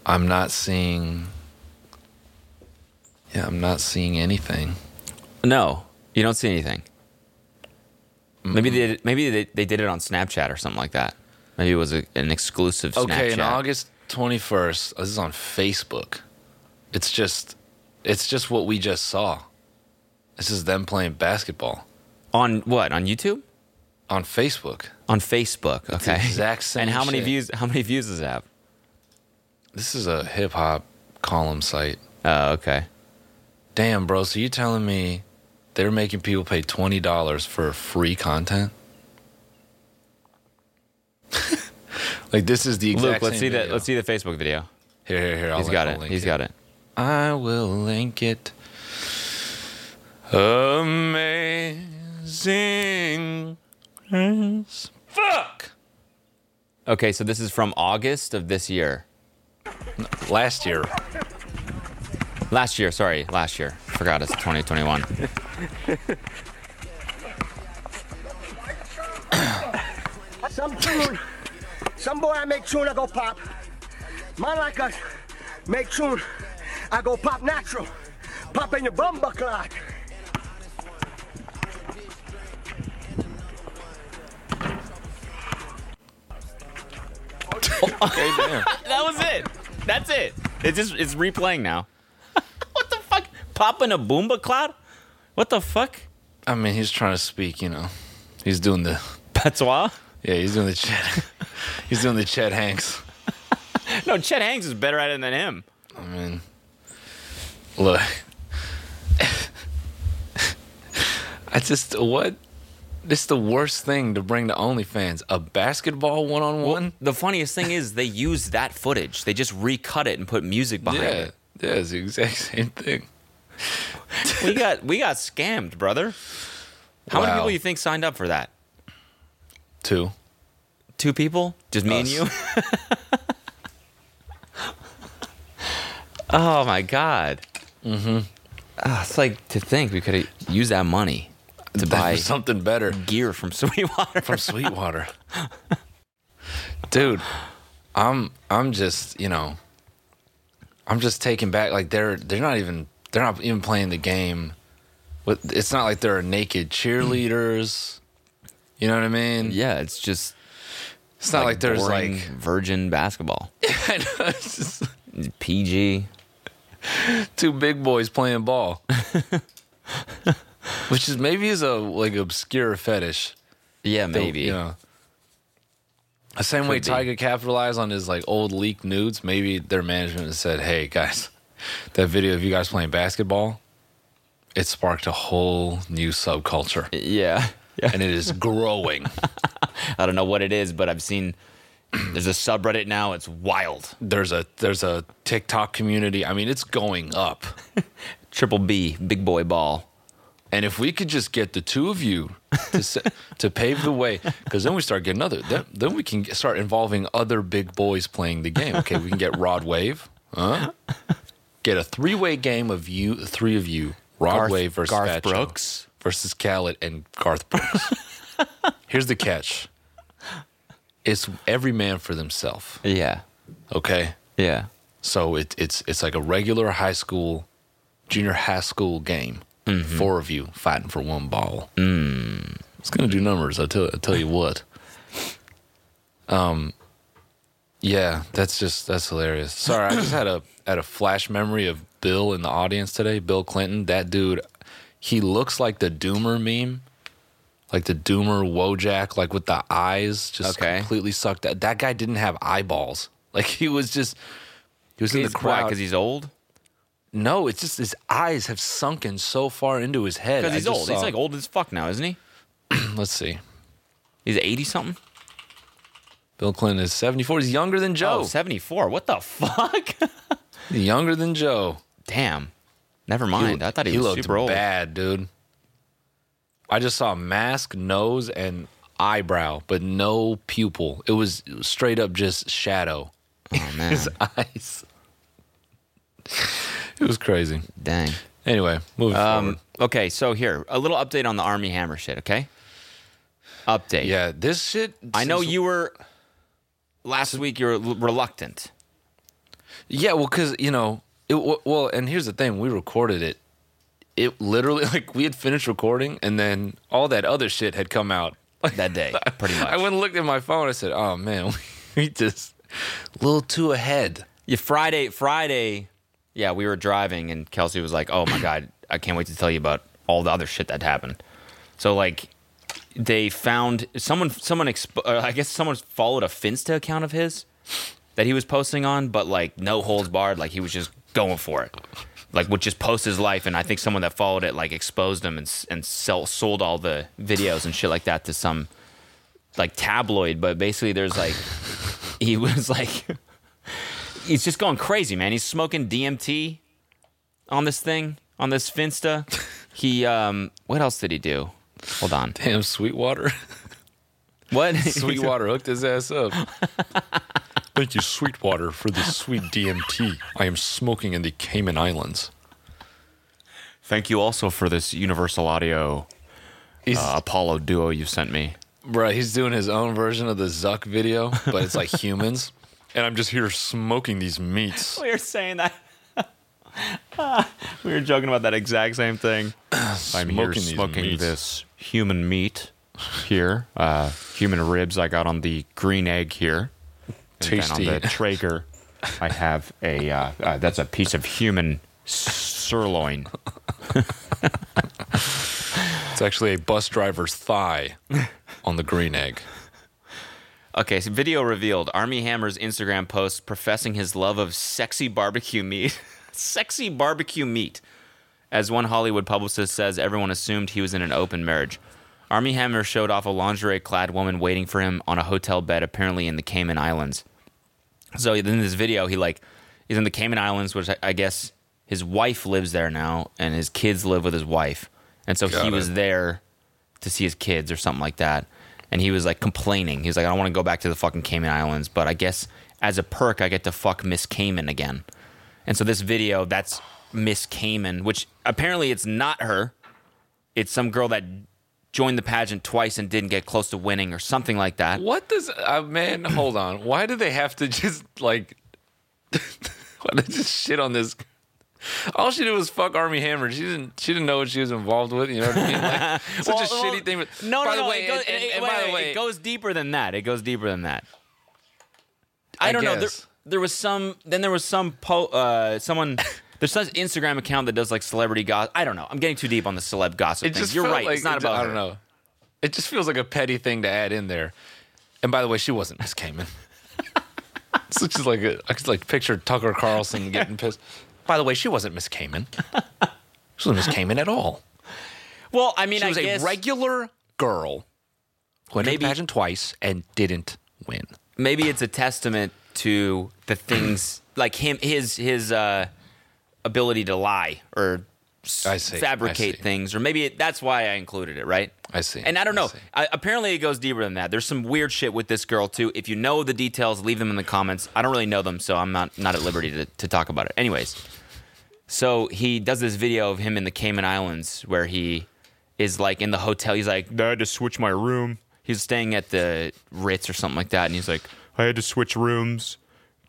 Speaker 3: I'm not seeing. Yeah, I'm not seeing anything.
Speaker 4: No, you don't see anything. Maybe they maybe they, they did it on Snapchat or something like that. Maybe it was a, an exclusive Snapchat.
Speaker 3: Okay, in August 21st, this is on Facebook. It's just, it's just what we just saw. This is them playing basketball
Speaker 4: on what? On YouTube?
Speaker 3: on Facebook.
Speaker 4: On Facebook? Okay.
Speaker 3: exact same
Speaker 4: And how many
Speaker 3: shit.
Speaker 4: views? How many views does it have?
Speaker 3: This is a hip hop column site.
Speaker 4: Oh, okay.
Speaker 3: Damn, bro. So you telling me they're making people pay twenty dollars for free content? like this is the exact
Speaker 4: Luke, let's
Speaker 3: same
Speaker 4: see that.
Speaker 3: video.
Speaker 4: Let's see the Facebook video.
Speaker 3: Here, here, here. I'll
Speaker 4: He's
Speaker 3: link-
Speaker 4: got
Speaker 3: I'll
Speaker 4: it.
Speaker 3: link
Speaker 4: He's got it.
Speaker 3: I will link it. Amazing. grace. Fuck.
Speaker 4: Okay, so this is from August of this year.
Speaker 3: Last year.
Speaker 4: Last year, sorry, last year. Forgot it's 2021.
Speaker 6: Some tune. Some boy I make tune, I go pop. My like us make tune, I go pop natural. Pop in your bumper clock.
Speaker 3: Okay, damn.
Speaker 4: that was it. That's it. It's just it's replaying now. what the fuck? Popping a boomba cloud? What the fuck?
Speaker 3: I mean, he's trying to speak. You know, he's doing the
Speaker 4: Patois?
Speaker 3: yeah, he's doing the Chet. he's doing the Chet Hanks.
Speaker 4: No, Chet Hanks is better at it than him.
Speaker 3: I mean, look. I just what? This is the worst thing to bring to OnlyFans a basketball one on one.
Speaker 4: The funniest thing is they used that footage. They just recut it and put music behind
Speaker 3: Yeah,
Speaker 4: it.
Speaker 3: yeah, it's the exact same thing.
Speaker 4: We got we got scammed, brother. How many
Speaker 3: Wow.
Speaker 4: people you think signed up for that?
Speaker 3: Two.
Speaker 4: Two people? Just me and you?
Speaker 3: Us.
Speaker 4: oh my god. Mm-hmm. it's like to think we could have used that money to buy
Speaker 3: something better
Speaker 4: gear from Sweetwater.
Speaker 3: from Sweetwater. Dude, I'm I'm just, you know, I'm just taken back like they're they're not even they're not even playing the game. With it's not like there are naked cheerleaders. You know what I mean?
Speaker 4: yeah, it's just
Speaker 3: It's not like, there's
Speaker 4: boring
Speaker 3: like
Speaker 4: virgin basketball.
Speaker 3: I know, it's just
Speaker 4: PG.
Speaker 3: two big boys playing ball. Which is maybe is a like obscure fetish.
Speaker 4: Yeah,
Speaker 3: the-
Speaker 4: maybe.
Speaker 3: you know. The same way
Speaker 4: Could be.
Speaker 3: Tiger capitalized on his like old leak nudes, maybe their management said, "Hey guys, that video of you guys playing basketball, it sparked a whole new subculture,
Speaker 4: Yeah. Yeah.
Speaker 3: and it is growing."
Speaker 4: I don't know what it is, but I've seen there's a subreddit now. It's wild.
Speaker 3: there's a there's a TikTok community. I mean, it's going up.
Speaker 4: Triple B, big boy ball.
Speaker 3: And if we could just get the two of you to se- to pave the way, because then we start getting other, then, then we can start involving other big boys playing the game. Okay, we can get Rod Wave, huh? Get a three way game of you, three of you, Rod
Speaker 4: Garth-
Speaker 3: Wave versus
Speaker 4: Garth
Speaker 3: Fat Joe
Speaker 4: Brooks?
Speaker 3: versus Khaled and Garth Brooks. Here's the catch: it's every man for themselves.
Speaker 4: Yeah.
Speaker 3: Okay,
Speaker 4: Yeah.
Speaker 3: so it, it's it's like a regular high school, junior high school game. Four of you fighting for one ball. Mm. It's gonna do numbers. I tell I tell you what. Um. Yeah, that's just that's hilarious. Sorry, I just had a had a flash memory of Bill in the audience today. Bill Clinton, that dude, he looks like the Doomer meme, like the Doomer Wojak, like with the eyes just
Speaker 4: Okay.
Speaker 3: completely sucked. out. That guy didn't have eyeballs. Like he was just he was in
Speaker 4: He's
Speaker 3: the crowd.
Speaker 4: because he's old.
Speaker 3: no, it's just his eyes have sunken so far into his head.
Speaker 4: Because
Speaker 3: I
Speaker 4: he's
Speaker 3: just
Speaker 4: old.
Speaker 3: saw-
Speaker 4: He's like old as fuck now, isn't he?
Speaker 3: Let's see.
Speaker 4: He's 80 something.
Speaker 3: Bill Clinton is 74. He's younger than Joe.
Speaker 4: Oh, 74. What the fuck?
Speaker 3: younger than Joe.
Speaker 4: Damn. Never mind. I thought he, was
Speaker 3: looked
Speaker 4: super old.
Speaker 3: bad, dude. I just saw mask, nose, and eyebrow, but no pupil. It was straight up just shadow.
Speaker 4: Oh, man.
Speaker 3: His eyes. it was crazy.
Speaker 4: Dang.
Speaker 3: Anyway, moving forward.
Speaker 4: Um, okay, so here, a little update on the Army Hammer shit, okay? Update.
Speaker 3: Yeah, this shit.
Speaker 4: I know
Speaker 3: since-
Speaker 4: you were last week. You were l- reluctant.
Speaker 3: Yeah, well, because you know, it, w- well, and here's the thing: we recorded it. It literally, like, we had finished recording, and then all that other shit had come out
Speaker 4: That day, pretty much.
Speaker 3: I went and looked at my phone. I said, "Oh man, we just a little too ahead."
Speaker 4: Yeah, Friday, Friday. Yeah, we were driving, and Kelsey was like, "Oh my god, I can't wait to tell you about all the other shit that happened." So like, they found someone. Someone, expo- uh, I guess, someone followed a Finsta account of his that he was posting on, but like, no holds barred. Like he was just going for it. Like would just post his life, and I think someone that followed it like exposed him and s- and sell, sold all the videos and shit like that to some like tabloid. But basically, there's like he was like he's just going crazy, man. He's smoking DMT on this thing, on this Finsta. He um what else did he do? Hold on.
Speaker 3: Damn, Sweetwater,
Speaker 4: What?
Speaker 3: Sweetwater hooked his ass up. Thank you, Sweetwater, for the sweet DMT I am smoking in the Cayman Islands.
Speaker 4: Thank you also for this Universal Audio uh, Apollo duo you sent me.
Speaker 3: Bro, he's doing his own version of the Zuck video, but it's like humans. And I'm just here smoking these meats.
Speaker 4: We were saying that. we were joking about that exact same thing. I'm here
Speaker 3: Smoking these
Speaker 4: smoking
Speaker 3: meats.
Speaker 4: this human meat here, uh, human ribs I got on the green egg here. And then
Speaker 3: Tasty.
Speaker 4: on the Traeger, I have a, uh, uh, that's a piece of human sirloin.
Speaker 3: It's actually a bus driver's thigh on the green egg.
Speaker 4: Okay, so video revealed Army Hammer's Instagram post professing his love of sexy barbecue meat. sexy barbecue meat. As one Hollywood publicist says, everyone assumed he was in an open marriage. Army Hammer showed off a lingerie clad woman waiting for him on a hotel bed, apparently in the Cayman Islands. So in this video, he like is in the Cayman Islands, which I, I guess his wife lives there now, and his kids live with his wife, and so he
Speaker 3: Got
Speaker 4: was
Speaker 3: it.
Speaker 4: there to see his kids or something like that. And he was like complaining. He was like, I don't want to go back to the fucking Cayman Islands, but I guess as a perk, I get to fuck Miss Cayman again. And so this video, that's Miss Cayman, which apparently it's not her. It's some girl that joined the pageant twice and didn't get close to winning or something like that.
Speaker 3: What does, uh, man, hold on. Why do they have to just like, why do they just shit on this? All she did was fuck Army Hammer. She didn't. She didn't know what she was involved with. You know what I mean? Like, such a
Speaker 4: Well, well,
Speaker 3: shitty thing. But,
Speaker 4: No,
Speaker 3: by
Speaker 4: no,
Speaker 3: the
Speaker 4: no,
Speaker 3: way,
Speaker 4: it goes,
Speaker 3: and, and-
Speaker 4: it-
Speaker 3: and
Speaker 4: wait,
Speaker 3: by the
Speaker 4: wait,
Speaker 3: way,
Speaker 4: it goes deeper than that. It goes deeper than that. I,
Speaker 3: I
Speaker 4: don't know. There,
Speaker 3: guess.
Speaker 4: there was some. Then there was some. Po- uh, someone. There's some Instagram account that does like celebrity gossip. I don't know. I'm getting too deep on the celeb gossip
Speaker 3: it
Speaker 4: thing.
Speaker 3: just
Speaker 4: You're
Speaker 3: felt
Speaker 4: right.
Speaker 3: Like,
Speaker 4: it's not
Speaker 3: it-
Speaker 4: about.
Speaker 3: I
Speaker 4: her.
Speaker 3: don't know. It just feels like a petty thing to add in there. And by the way, she wasn't Miss Kamen. it's just like a, I could like picture Tucker Carlson getting pissed. By the way, she wasn't Miss Kamen. She wasn't Miss Kamen at all.
Speaker 4: Well, I mean,
Speaker 3: She
Speaker 4: I
Speaker 3: was
Speaker 4: guess
Speaker 3: a regular girl who entered
Speaker 4: Maybe-
Speaker 3: the pageant twice and didn't win.
Speaker 4: maybe it's a testament to the things like him, his his uh, ability to lie or s-
Speaker 3: I see, I
Speaker 4: fabricate
Speaker 3: see.
Speaker 4: things, or maybe it, that's why I included it, right?
Speaker 3: I see,
Speaker 4: And I don't
Speaker 3: I
Speaker 4: know.
Speaker 3: see.
Speaker 4: I, apparently, it goes deeper than that. There's some weird shit with this girl too. If you know the details, leave them in the comments. I don't really know them, so I'm not not at liberty to, to talk about it. Anyways, so he does this video of him in the Cayman Islands where he is like in the hotel. He's like, I had to switch my room. He's staying at the Ritz or something like that, and he's like,
Speaker 7: I had to switch rooms.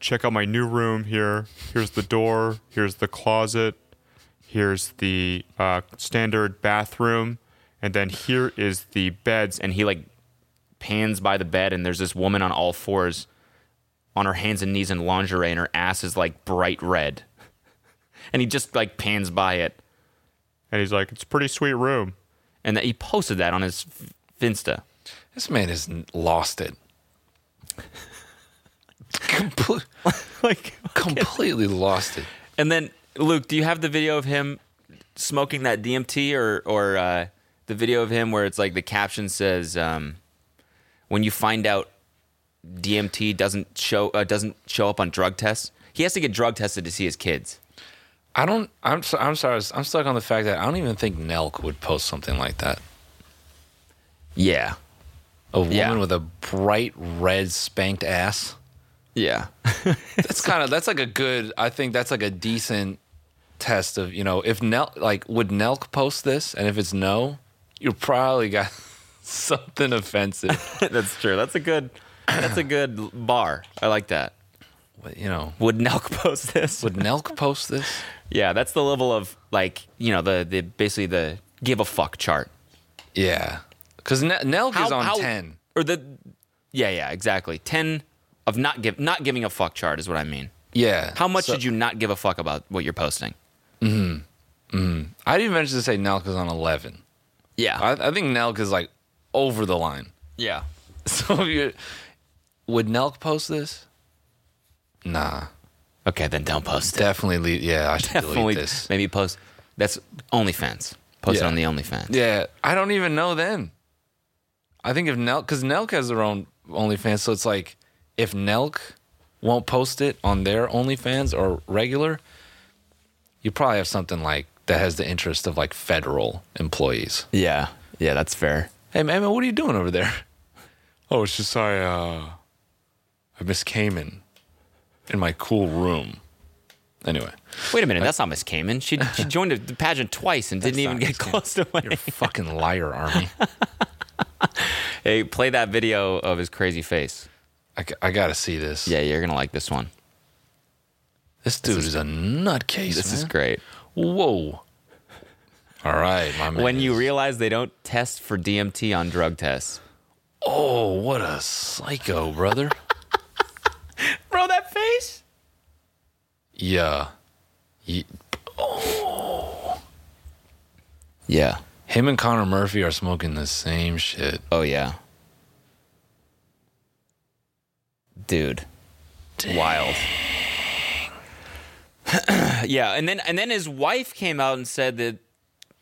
Speaker 7: Check out my new room here. Here's the door. Here's the closet. Here's the uh, standard bathroom. And then here is the beds.
Speaker 4: and he like pans by the bed and there's this woman on all fours on her hands and knees in lingerie and her ass is like bright red and he just like pans by it
Speaker 7: And he's like, it's a pretty sweet room.
Speaker 4: and that he posted that on his finsta
Speaker 3: This man has n- lost it. Comple-
Speaker 4: like
Speaker 3: completely lost it.
Speaker 4: and then luke do you have the video of him smoking that dmt or or uh the video of him where it's like the caption says um when you find out dmt doesn't show uh, doesn't show up on drug tests he has to get drug tested to see his kids
Speaker 3: I don't. I'm. so- I'm sorry. I'm stuck on the fact that I don't even think Nelk would post something like that.
Speaker 4: yeah
Speaker 3: A woman
Speaker 4: Yeah.
Speaker 3: with a bright red spanked ass.
Speaker 4: Yeah.
Speaker 3: That's kind of. That's like a good. I think that's like a decent test of you know if Nelk like would Nelk post this and if it's no, you probably got something offensive.
Speaker 4: That's true. That's a good that's a good bar. I like that.
Speaker 3: But, you know,
Speaker 4: Would Nelk post this?
Speaker 3: would Nelk post this?
Speaker 4: yeah, that's the level of like, you know, the the basically the give a fuck chart.
Speaker 3: Yeah, because Nelk is on
Speaker 4: how-
Speaker 3: ten.
Speaker 4: Or the Yeah, yeah, exactly. 10 of not give not giving a fuck chart is what I mean.
Speaker 3: Yeah.
Speaker 4: How much
Speaker 3: So-
Speaker 4: should you not give a fuck about what you're posting?
Speaker 3: I didn't venture to say Nelk is on eleven.
Speaker 4: Yeah.
Speaker 3: I, I think Nelk is like over the line.
Speaker 4: yeah.
Speaker 3: So if you would Nelk post this? Nah,
Speaker 4: Okay, then don't post it.
Speaker 3: definitely leave. Yeah, I should
Speaker 4: Definitely
Speaker 3: delete this.
Speaker 4: maybe post that's OnlyFans. Post it
Speaker 3: Yeah.
Speaker 4: on the OnlyFans.
Speaker 3: Yeah, I don't even know them. I think if Nelk, because Nelk has their own OnlyFans, so it's like if Nelk won't post it on their OnlyFans or regular, you probably have something like that has the interest of like federal employees.
Speaker 4: Yeah. Yeah, that's fair.
Speaker 3: Hey, man, what are you doing over there? Oh, it's just I, uh, I miss Cayman in my cool room. Anyway,
Speaker 4: Wait a minute, that's not Miss Kamen. She she joined a- the pageant twice and didn't even get close to winning. You're a
Speaker 3: fucking liar, Army.
Speaker 4: hey, play that video of his crazy face.
Speaker 3: I, I gotta see this.
Speaker 4: Yeah, you're gonna like this one.
Speaker 3: This dude is, a nutcase.
Speaker 4: This is
Speaker 3: man.
Speaker 4: great.
Speaker 3: Whoa. All right, my man.
Speaker 4: When you realize they don't test for DMT on drug tests,
Speaker 3: oh, what a psycho, brother.
Speaker 4: bro, that face.
Speaker 3: yeah. Ye-
Speaker 4: Yeah.
Speaker 3: Him and Connor Murphy are smoking the same shit.
Speaker 4: Oh yeah. Dude. Wild. yeah, and then and then his wife came out and said that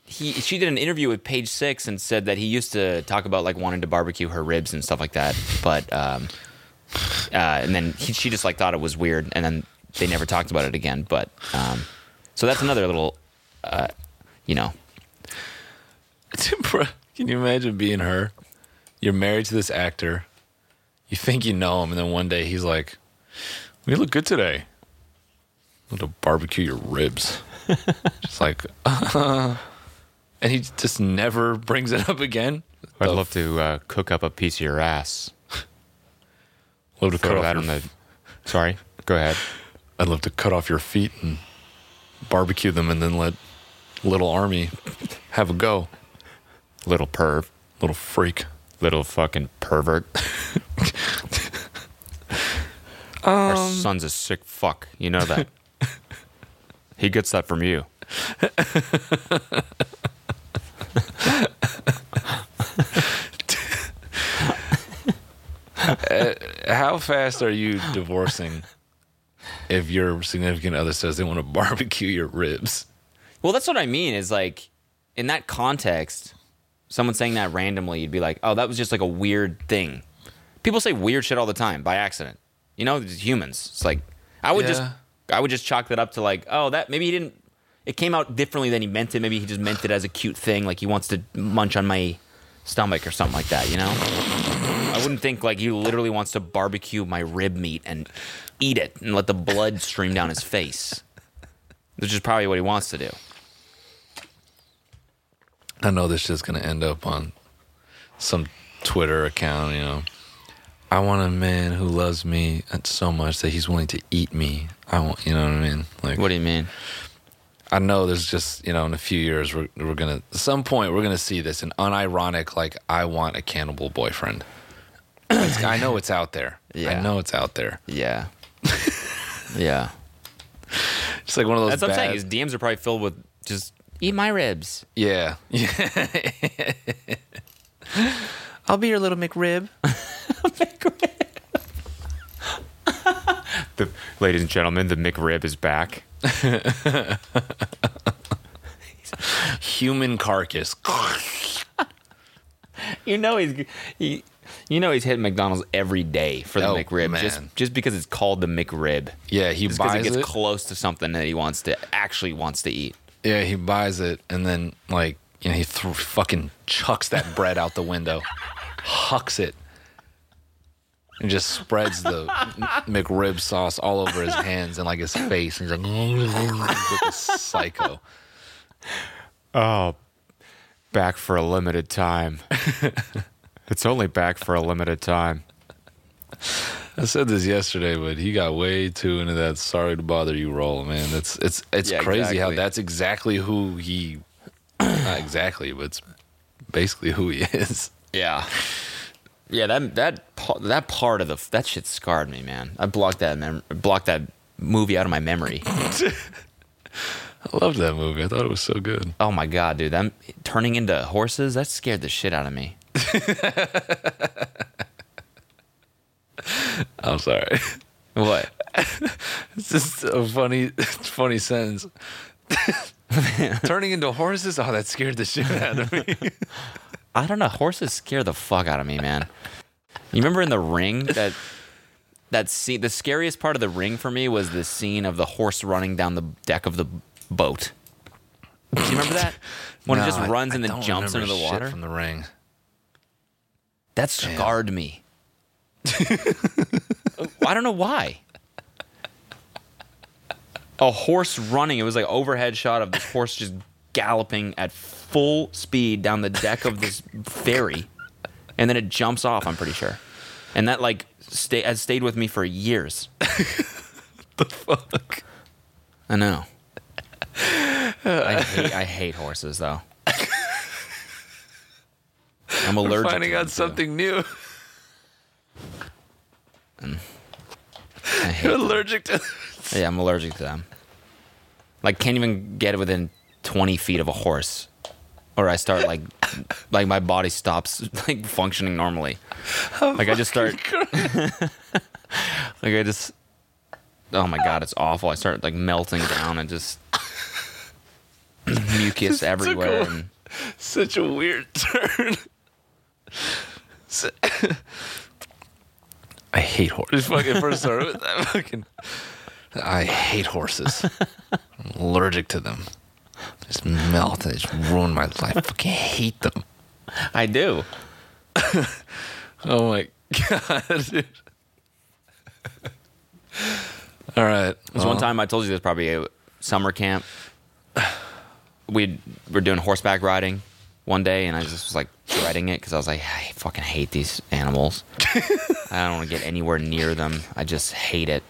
Speaker 4: he she did an interview with Page Six and said that he used to talk about like wanting to barbecue her ribs and stuff like that, but um, uh, and then he, she just like thought it was weird, and then they never talked about it again. But um, so that's another little, uh, you know,
Speaker 3: Bruh, Can you imagine being her? You're married to this actor. You think you know him, and then one day he's like, "We look good today. I'm gonna barbecue your ribs." Just like, and he just never brings it up again.
Speaker 8: I'd love to uh, cook up a piece of your ass.
Speaker 3: Love to
Speaker 8: Throw
Speaker 3: cut off
Speaker 8: that
Speaker 3: your
Speaker 8: on the.
Speaker 3: f-
Speaker 8: Sorry, go ahead.
Speaker 3: I'd love to cut off your feet and barbecue them, and then let little army have a go.
Speaker 8: Little perv,
Speaker 3: little freak,
Speaker 8: little fucking pervert.
Speaker 4: our
Speaker 8: Um,
Speaker 4: son's a sick fuck. You know that.
Speaker 8: He gets that from you.
Speaker 3: Uh, how fast are you divorcing if your significant other says they want to barbecue your ribs?
Speaker 4: Well, that's what I mean. Is like in that context, someone saying that randomly, you'd be like, "Oh, that was just like a weird thing." People say weird shit all the time by accident. You know, it's humans. It's like I would just,
Speaker 3: Yeah.
Speaker 4: I would just chalk that up to like, "Oh, that maybe he didn't." It came out differently than he meant it. Maybe he just meant it as a cute thing, like he wants to munch on my stomach or something like that. You know, I wouldn't think like he literally wants to barbecue my rib meat and eat it and let the blood stream down his face, which is probably what he wants to do.
Speaker 3: I know this shit's gonna end up on some Twitter account, you know. I want a man who loves me so much that he's willing to eat me. I want, you know what I mean? Like,
Speaker 4: What do you mean?
Speaker 3: I know there's just, you know, in a few years we're we're gonna, at some point we're gonna see this an unironic like, I want a cannibal boyfriend. It's- I know it's out there.
Speaker 4: Yeah.
Speaker 3: I know it's out there.
Speaker 4: Yeah. yeah.
Speaker 3: It's like one of those.
Speaker 4: That's what I'm saying.
Speaker 3: bad-
Speaker 4: His DMs are probably filled with just eat my ribs.
Speaker 3: Yeah.
Speaker 4: I'll be your little McRib.
Speaker 8: The, ladies and gentlemen, the McRib is back.
Speaker 3: Human carcass.
Speaker 4: You know he's he, you know he's hitting McDonald's every day for the
Speaker 3: Oh,
Speaker 4: McRib just
Speaker 3: man.
Speaker 4: just because it's called the McRib.
Speaker 3: Yeah, he
Speaker 4: Just because
Speaker 3: buys
Speaker 4: it gets
Speaker 3: it.
Speaker 4: close to something that he wants to actually wants to eat.
Speaker 3: yeah, he buys it, and then like you know he th- fucking chucks that bread out the window, hucks it, and just spreads the McRib sauce all over his hands and like his face. And he's like, like a psycho.
Speaker 8: Oh, back for a limited time. it's only back for a limited time.
Speaker 3: I said this yesterday, but he got way too into that "sorry to bother you" role, man. That's it's it's
Speaker 4: Yeah,
Speaker 3: crazy
Speaker 4: exactly.
Speaker 3: how that's exactly who he, not exactly, but it's basically who he is.
Speaker 4: Yeah. Yeah, that that pa- that part of the that shit scarred me, man. I blocked that mem- blocked that movie out of my memory.
Speaker 3: I loved that movie. I thought it was so good.
Speaker 4: Oh my god, dude! I'm turning into horses. That scared the shit out of me.
Speaker 3: I'm sorry.
Speaker 4: What?
Speaker 3: It's just a funny, funny sentence. Turning into horses. Oh, that scared the shit out of me.
Speaker 4: I don't know. Horses scare the fuck out of me, man. You remember in the ring that that scene? The scariest part of the ring for me was the scene of the horse running down the deck of the boat. Do you remember that? When it
Speaker 3: No,
Speaker 4: just
Speaker 3: I-
Speaker 4: runs
Speaker 3: I
Speaker 4: and then
Speaker 3: don't
Speaker 4: jumps into
Speaker 3: remember
Speaker 4: the
Speaker 3: shit
Speaker 4: water.
Speaker 3: from the ring.
Speaker 4: That scarred me. Uh, I don't know why. a horse running. It was like overhead shot of this horse just galloping at full speed down the deck of this ferry, and then it jumps off. I'm pretty sure, and that like stay has stayed with me for years. the fuck. I know. I hate, I hate horses though. I'm
Speaker 3: We're
Speaker 4: allergic.
Speaker 3: finding
Speaker 4: to
Speaker 3: out
Speaker 4: them, too.
Speaker 3: something new.
Speaker 4: I hate
Speaker 3: You're
Speaker 4: them.
Speaker 3: allergic to.
Speaker 4: Yeah, I'm allergic to them. Like, can't even get within 20 feet of a horse, or I start like, like my body stops like functioning normally. like I just start. like I just. Oh my god, it's awful. I start like melting down and just mucus
Speaker 3: This
Speaker 4: everywhere.
Speaker 3: took a-
Speaker 4: and,
Speaker 3: Such a weird turn. S- I hate horses. Fucking first started with that fucking. I hate horses. I'm allergic to them. Just melt. They just ruin my life. I fucking hate them.
Speaker 4: I do.
Speaker 3: oh my god, dude. All right.
Speaker 4: There's
Speaker 3: well.
Speaker 4: one time I told you there's probably a summer camp. We were doing horseback riding one day, and I just was like dreading it because I was like, I fucking hate these animals. I don't want to get anywhere near them. I just hate it.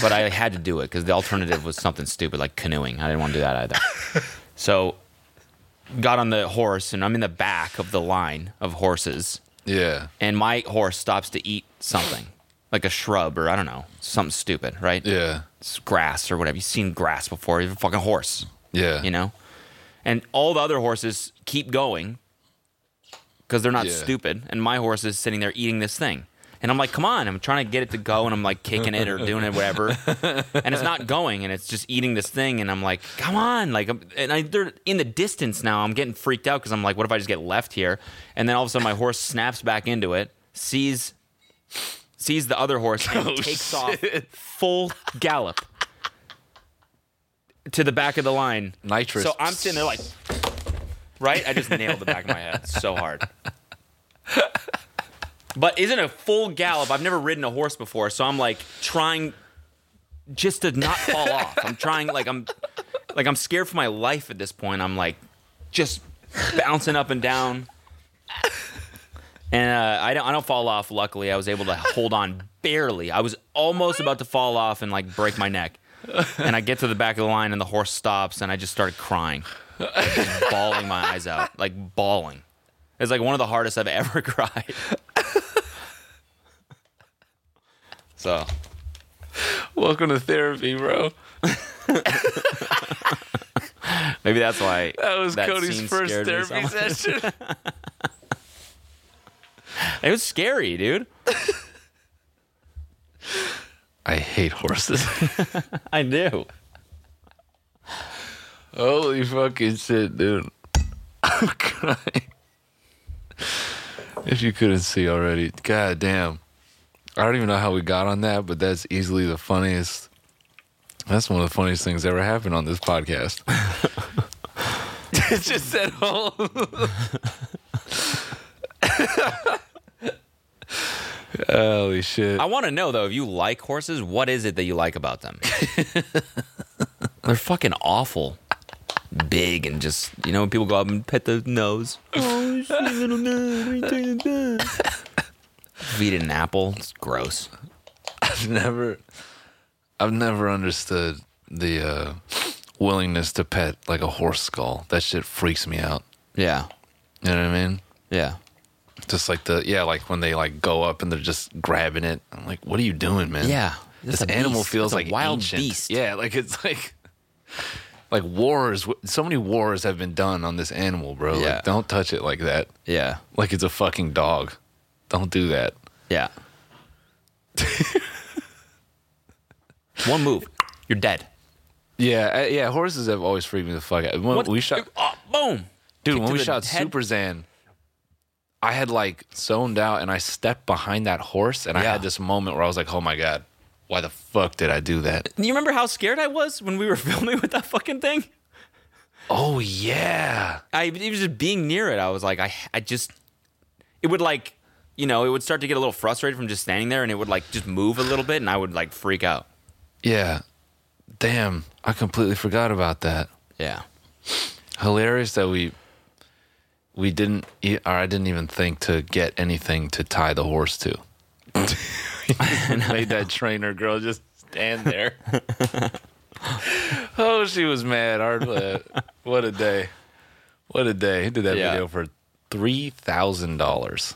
Speaker 4: But I had to do it because the alternative was something stupid like canoeing. I didn't want to do that either. So, got on the horse, and I'm in the back of the line of horses.
Speaker 3: Yeah.
Speaker 4: And my horse stops to eat something, like a shrub or I don't know, something stupid, right?
Speaker 3: Yeah.
Speaker 4: It's grass or whatever. You've seen grass before. You're a fucking horse.
Speaker 3: Yeah.
Speaker 4: You know? And all the other horses keep going because they're not
Speaker 3: Yeah.
Speaker 4: stupid. And my horse is sitting there eating this thing. And I'm like, come on. I'm trying to get it to go. And I'm like kicking it or doing it, whatever. And it's not going. And it's just eating this thing. And I'm like, come on. Like, I'm, and I, they're in the distance now. I'm getting freaked out because I'm like, what if I just get left here? And then all of a sudden, my horse snaps back into it, sees sees the other horse and
Speaker 3: Oh,
Speaker 4: takes
Speaker 3: shit.
Speaker 4: off full gallop to the back of the line.
Speaker 3: Nitrous.
Speaker 4: So I'm sitting there like, right? I just nailed the back of my head so hard. But isn't a full gallop? I've never ridden a horse before, so I'm like trying just to not fall off. I'm trying like I'm like I'm scared for my life at this point. I'm like just bouncing up and down. And uh, I don't I don't fall off. Luckily, I was able to hold on barely. I was almost about to fall off and like break my neck. And I get to the back of the line, and the horse stops, and I just started crying, like, just bawling my eyes out, like bawling. It's like one of the hardest I've ever cried. So,
Speaker 3: welcome to therapy, bro.
Speaker 4: Maybe that's why
Speaker 3: That was
Speaker 4: scene
Speaker 3: Cody's first
Speaker 4: scared me so
Speaker 3: therapy
Speaker 4: much.
Speaker 3: session.
Speaker 4: It was scary, dude.
Speaker 3: I hate horses.
Speaker 4: I do.
Speaker 3: Holy fucking shit, dude. I'm crying. If you couldn't see already, god damn. I don't even know how we got on that, but that's easily the funniest. That's one of the funniest things ever happened on this podcast.
Speaker 5: it's just at home.
Speaker 3: Holy shit.
Speaker 4: I want to know though, if you like horses, what is it that you like about them? They're fucking awful, big and just you know when people go up and pet the nose,
Speaker 5: oh, little
Speaker 4: feed it an apple. It's gross.
Speaker 3: I've never I've never understood the uh, willingness to pet like a horse skull. That shit freaks me out.
Speaker 4: Yeah.
Speaker 3: You know what I mean?
Speaker 4: Yeah.
Speaker 3: Just like the yeah, like when they like go up and they're just grabbing it. I'm like, what are you doing, man?
Speaker 4: Yeah.
Speaker 3: This
Speaker 4: That's a
Speaker 3: animal
Speaker 4: beast.
Speaker 3: feels
Speaker 4: That's a
Speaker 3: like
Speaker 4: wild
Speaker 3: ancient.
Speaker 4: beast.
Speaker 3: Yeah, like it's like like wars. So many wars have been done on this animal, bro.
Speaker 4: Yeah.
Speaker 3: Like, don't touch it like that.
Speaker 4: Yeah.
Speaker 3: Like it's a fucking dog. Don't do that.
Speaker 4: Yeah. One move, you're dead.
Speaker 3: Yeah, I- yeah. Horses have always freaked me the fuck out. When
Speaker 4: What-
Speaker 3: we shot,
Speaker 4: Oh, boom.
Speaker 3: dude.
Speaker 4: Kick
Speaker 3: When
Speaker 4: to
Speaker 3: we
Speaker 4: the
Speaker 3: shot
Speaker 4: head.
Speaker 3: Super Zan, I had like zoned out, and I stepped behind that horse, and I had this moment where I was like, "Oh my god, why the fuck did I do that?"
Speaker 4: You remember how scared I was when we were filming with that fucking thing?
Speaker 3: Oh yeah.
Speaker 4: I even just being near it, I was like, I, I just, it would like, you know, it would start to get a little frustrated from just standing there, and it would like just move a little bit, and I would like freak out.
Speaker 3: Yeah. Damn, I completely forgot about that.
Speaker 4: Yeah.
Speaker 3: Hilarious that we we didn't e- or I didn't even think to get anything to tie the horse to. Made that trainer girl just stand there. oh, she was mad. Hard. uh, What a day. What a day. Did that
Speaker 4: Yeah.
Speaker 3: video for three thousand dollars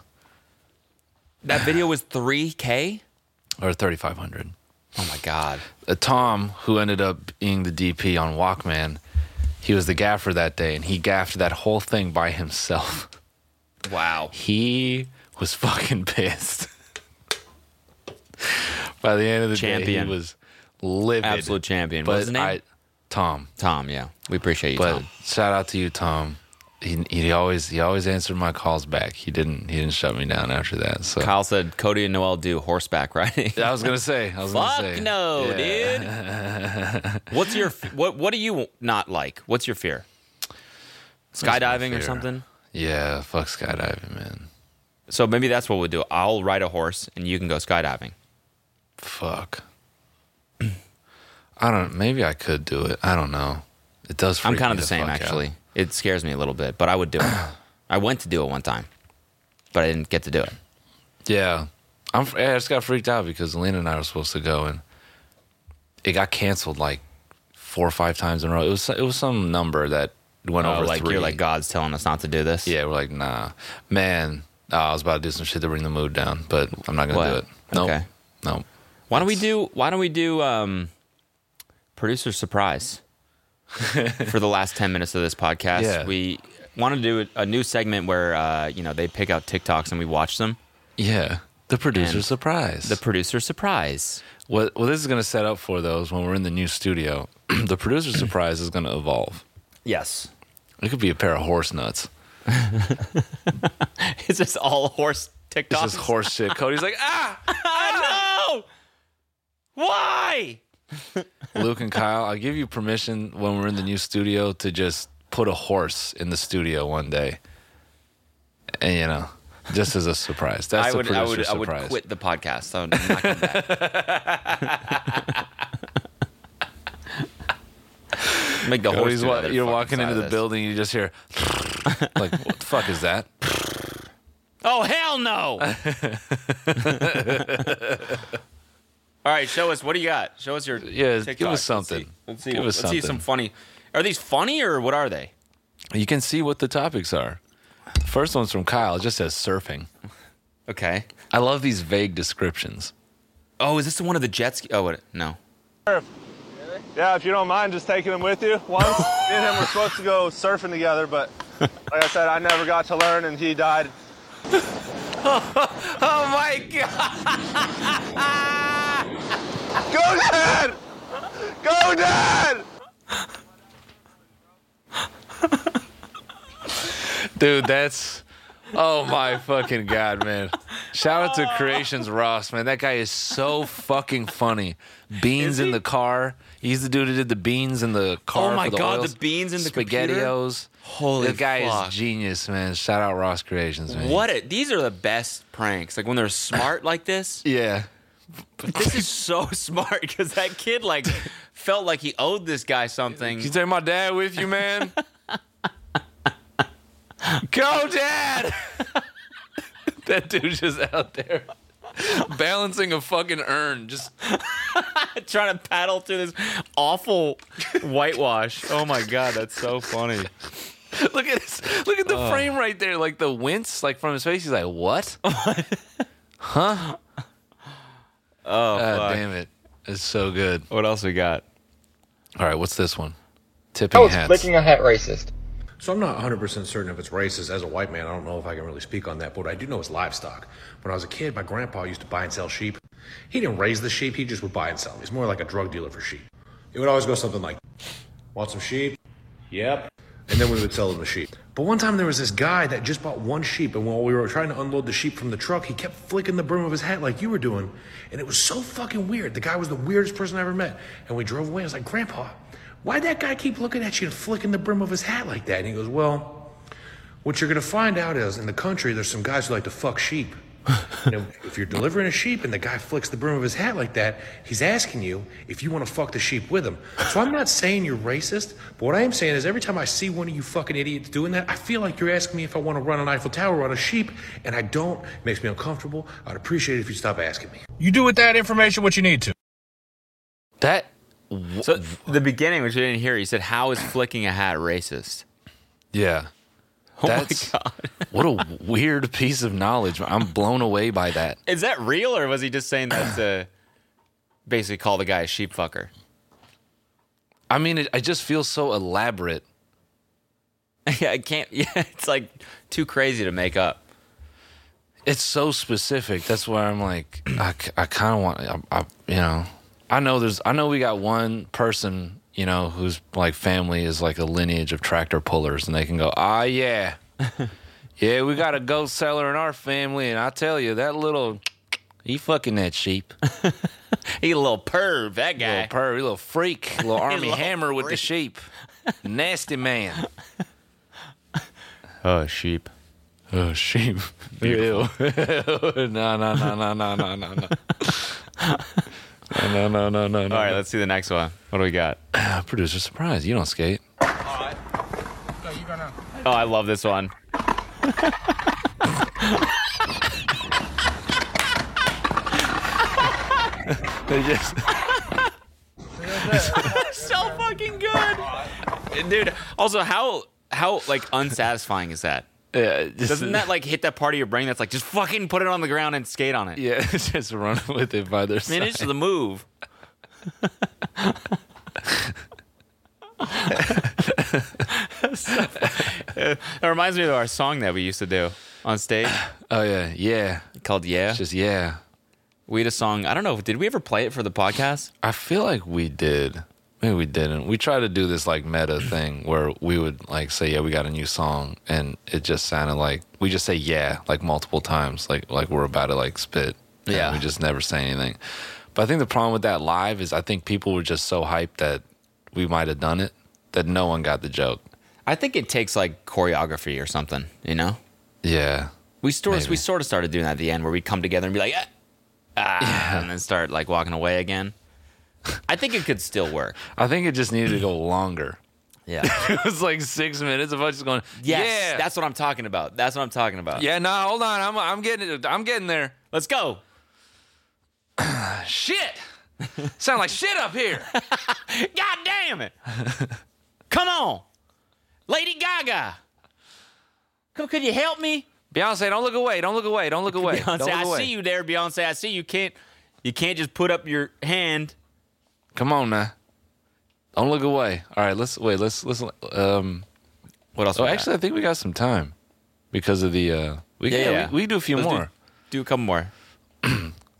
Speaker 4: That video was 3K?
Speaker 3: or thirty five hundred.
Speaker 4: Oh my god.
Speaker 3: Uh, Tom, who ended up being the DP on Walkman, he was the gaffer that day, and he gaffed that whole thing by himself.
Speaker 4: Wow.
Speaker 3: He was fucking pissed. by the end of the day,
Speaker 4: Champion.
Speaker 3: he was livid.
Speaker 4: Absolute champion.
Speaker 3: But
Speaker 4: What's his name?
Speaker 3: I- Tom.
Speaker 4: Tom, yeah. We appreciate you,
Speaker 3: but
Speaker 4: Tom.
Speaker 3: shout out to you, Tom. He, he always he always answered my calls back. He didn't he didn't shut me down after that. So
Speaker 4: Kyle said Cody and Noel do horseback riding.
Speaker 3: I was gonna say. I was
Speaker 4: Fuck
Speaker 3: gonna say.
Speaker 4: no,
Speaker 3: dude.
Speaker 4: dude. What's your f- what? What do you not like? What's your fear?
Speaker 3: my
Speaker 4: Skydiving or
Speaker 3: fear?
Speaker 4: something?
Speaker 3: Yeah, fuck skydiving, man.
Speaker 4: So maybe that's what we'll do. I'll ride a horse and you can go skydiving.
Speaker 3: Fuck. I don't. Maybe I could do it. I don't know. It does. Freak
Speaker 4: I'm kind
Speaker 3: me
Speaker 4: of the same
Speaker 3: fuck out.
Speaker 4: actually. It scares me a little bit, but I would do it. I went to do it one time, but I didn't get to do it.
Speaker 3: Yeah, I'm. I just got freaked out because Lena and I were supposed to go, and it got canceled like four or five times in a row. It was it was some number that went
Speaker 4: Oh,
Speaker 3: over
Speaker 4: like, you're
Speaker 3: three.
Speaker 4: like, God's telling us not to do this.
Speaker 3: Yeah, we're like nah, man. uh, I was about to do some shit to bring the mood down, but I'm not gonna do
Speaker 4: What?
Speaker 3: it. Nope.
Speaker 4: Okay.
Speaker 3: Nope.
Speaker 4: Why don't we do? Why don't we do um, producer surprise for the last ten minutes of this podcast?
Speaker 3: Yeah.
Speaker 4: We want to do a new segment where uh, you know they pick out TikToks and we watch them.
Speaker 3: Yeah. The producer
Speaker 4: And
Speaker 3: surprise.
Speaker 4: The producer surprise.
Speaker 3: What what this is going to set up for though is when we're in the new studio, the producer surprise is going to evolve.
Speaker 4: Yes.
Speaker 3: It could be a pair of horse nuts.
Speaker 4: It's just all horse TikToks.
Speaker 3: It's just horse shit. Cody's like, ah,
Speaker 4: ah! no! Why?
Speaker 3: Luke and Kyle, I'll give you permission when we're in the new studio to just put a horse in the studio one day, and you know, just as a surprise. That's
Speaker 4: I
Speaker 3: the
Speaker 4: would,
Speaker 3: producer
Speaker 4: I would, I
Speaker 3: surprise.
Speaker 4: would quit the podcast. I would- I'm not gonna do that. Make the horse.
Speaker 3: Cody's
Speaker 4: do
Speaker 3: Oh, wa-
Speaker 4: another
Speaker 3: you're
Speaker 4: fucking
Speaker 3: walking
Speaker 4: side
Speaker 3: into
Speaker 4: of
Speaker 3: the
Speaker 4: this.
Speaker 3: building, you just hear, like, what the fuck is that?
Speaker 4: Oh hell no! All right, show us. What do you got? Show us your
Speaker 3: Yeah, give
Speaker 4: TikToks.
Speaker 3: us something.
Speaker 4: Let's see. Let's see,
Speaker 3: Give us
Speaker 4: let's see some
Speaker 3: something.
Speaker 4: funny. Are these funny or what are they?
Speaker 3: You can see what the topics are. First one's from Kyle. It just says surfing.
Speaker 4: Okay.
Speaker 3: I love these vague descriptions.
Speaker 4: Oh, is this the one of the jet ski? Oh, what? No.
Speaker 9: Yeah, if you don't mind just taking him with you once. Me and him were supposed to go surfing together, but like I said, I never got to learn and he died.
Speaker 5: oh my god! Go dad! Go dad!
Speaker 3: Dude, that's oh my fucking god, man. Shout out to
Speaker 4: Oh.
Speaker 3: Creations Ross, man. That guy is so fucking funny. Beans in the car. He's the dude who did the beans in the car.
Speaker 4: Oh my
Speaker 3: for the
Speaker 4: God,
Speaker 3: oils.
Speaker 4: the beans in the computer?
Speaker 3: spaghettios.
Speaker 4: Holy
Speaker 3: the guy
Speaker 4: fuck.
Speaker 3: is genius, man. Shout out Ross Creations, man.
Speaker 4: What? A, these are the best pranks. Like when they're smart like this.
Speaker 3: Yeah.
Speaker 4: This is so smart because that kid like felt like he owed this guy something.
Speaker 3: You take my dad with you, man. Go, dad. that dude's just out there balancing a fucking urn, just
Speaker 4: trying to paddle through this awful whitewash. Oh my god, that's so funny. Oh.
Speaker 3: look at this, look at the frame right there, like the wince, like from his face. He's like, "What? huh?
Speaker 4: Oh,
Speaker 3: God
Speaker 4: fuck.
Speaker 3: damn it! It's so good."
Speaker 4: What else we got?
Speaker 3: All right, what's this one? Tipping hats.
Speaker 10: a hat racist. So I'm not 100% certain if it's racist. As a white man, I don't know if I can really speak on that, but what I do know is livestock. When I was a kid, my grandpa used to buy and sell sheep. He didn't raise the sheep, he just would buy and sell them. He's more like a drug dealer for sheep. It would always go something like, Want some sheep? Yep. And then we would sell them the sheep. But one time there was this guy that just bought one sheep, and while we were trying to unload the sheep from the truck, he kept flicking the brim of his hat like you were doing. And it was so fucking weird. The guy was the weirdest person I ever met. And we drove away. I was like, Grandpa, why'd that guy keep looking at you and flicking the brim of his hat like that? And he goes, Well, what you're gonna find out is in the country, there's some guys who like to fuck sheep. You know, if you're delivering a sheep and the guy flicks the brim of his hat like that, he's asking you if you want to fuck the sheep with him. So I'm not saying you're racist, but what I am saying is every time I see one of you fucking idiots doing that, I feel like you're asking me if I want to run an Eiffel Tower on a sheep, and I don't. It makes me uncomfortable. I'd appreciate it if you stop asking me. You do with that information what you need to.
Speaker 4: That. So the beginning, which we didn't hear, he said, "How is flicking a hat racist?"
Speaker 3: Yeah.
Speaker 4: Oh my
Speaker 3: That's, what a weird piece of knowledge. I'm blown away by that.
Speaker 4: Is that real, or was he just saying that to basically call the guy a sheep fucker?
Speaker 3: I mean, it, I just feel so elaborate.
Speaker 4: yeah, I can't. Yeah, it's like too crazy to make up.
Speaker 3: It's so specific. That's why I'm like, I, kind of want, I, I, you know, I know there's, I know we got one person, you know, whose like family is like a lineage of tractor pullers, and they can go, ah, yeah, yeah, we got a goat seller in our family, and I tell you, that little, he fucking that sheep.
Speaker 4: he a little perv, that guy.
Speaker 3: Little perv, he little freak, little
Speaker 4: He
Speaker 3: army
Speaker 4: little
Speaker 3: hammer with the sheep, nasty man.
Speaker 8: Oh, sheep.
Speaker 3: Oh, sheep. Ew. no, no, no, no, no, no, no, no. No, no, no, no, no.
Speaker 4: All right, let's see the next one. What do we got?
Speaker 3: Producer surprise. You don't skate.
Speaker 4: Oh, I love this one.
Speaker 3: they just.
Speaker 4: so fucking good, dude. Also, how how like unsatisfying is that?
Speaker 3: Yeah, just-
Speaker 4: Doesn't that like hit that part of your brain that's like just fucking put it on the ground and skate on it?
Speaker 3: Yeah, just run with it by their side.
Speaker 4: Manage the move. it reminds me of our song that we used to do on stage.
Speaker 3: Oh yeah, yeah.
Speaker 4: Called yeah.
Speaker 3: just yeah.
Speaker 4: We had a song. I don't know. Did we ever play it for the podcast?
Speaker 3: I feel like we did. Maybe we didn't. We tried to do this like meta thing where we would like say, "Yeah, we got a new song," and it just sounded like we just say "yeah" like multiple times, like like we're about to like spit. and
Speaker 4: Yeah.
Speaker 3: we just never say anything. But I think the problem with that live is I think people were just so hyped that we might have done it that no one got the joke.
Speaker 4: I think it takes like choreography or something. You know.
Speaker 3: Yeah,
Speaker 4: We sort
Speaker 3: Maybe.
Speaker 4: we sort of started doing that at the end where we'd come together and be like, ah, ah," and then start like walking away again. I think it could still work.
Speaker 3: I think it just needed to go longer.
Speaker 4: Yeah.
Speaker 3: it was like six minutes of us just going,
Speaker 4: Yes,
Speaker 3: "Yeah,
Speaker 4: that's what I'm talking about. That's what I'm talking about.
Speaker 3: yeah." No, hold on, I'm I'm getting it. I'm getting there.
Speaker 4: Let's go.
Speaker 3: Shit. Sound like shit up here.
Speaker 4: God damn it. Come on. Lady Gaga. Come, could you help me?
Speaker 3: Beyonce, don't look away. Don't look away. Don't look away.
Speaker 4: Beyonce,
Speaker 3: don't look
Speaker 4: I
Speaker 3: away.
Speaker 4: see you there, Beyonce. I see you can't you can't just put up your hand.
Speaker 3: Come on now. Don't look away. All right, let's wait. Let's let's um
Speaker 4: what else?
Speaker 3: Oh,
Speaker 4: we got?
Speaker 3: actually, I think we got some time because of the uh we yeah, We, we can do a few
Speaker 4: Let's
Speaker 3: more.
Speaker 4: Do, a couple more.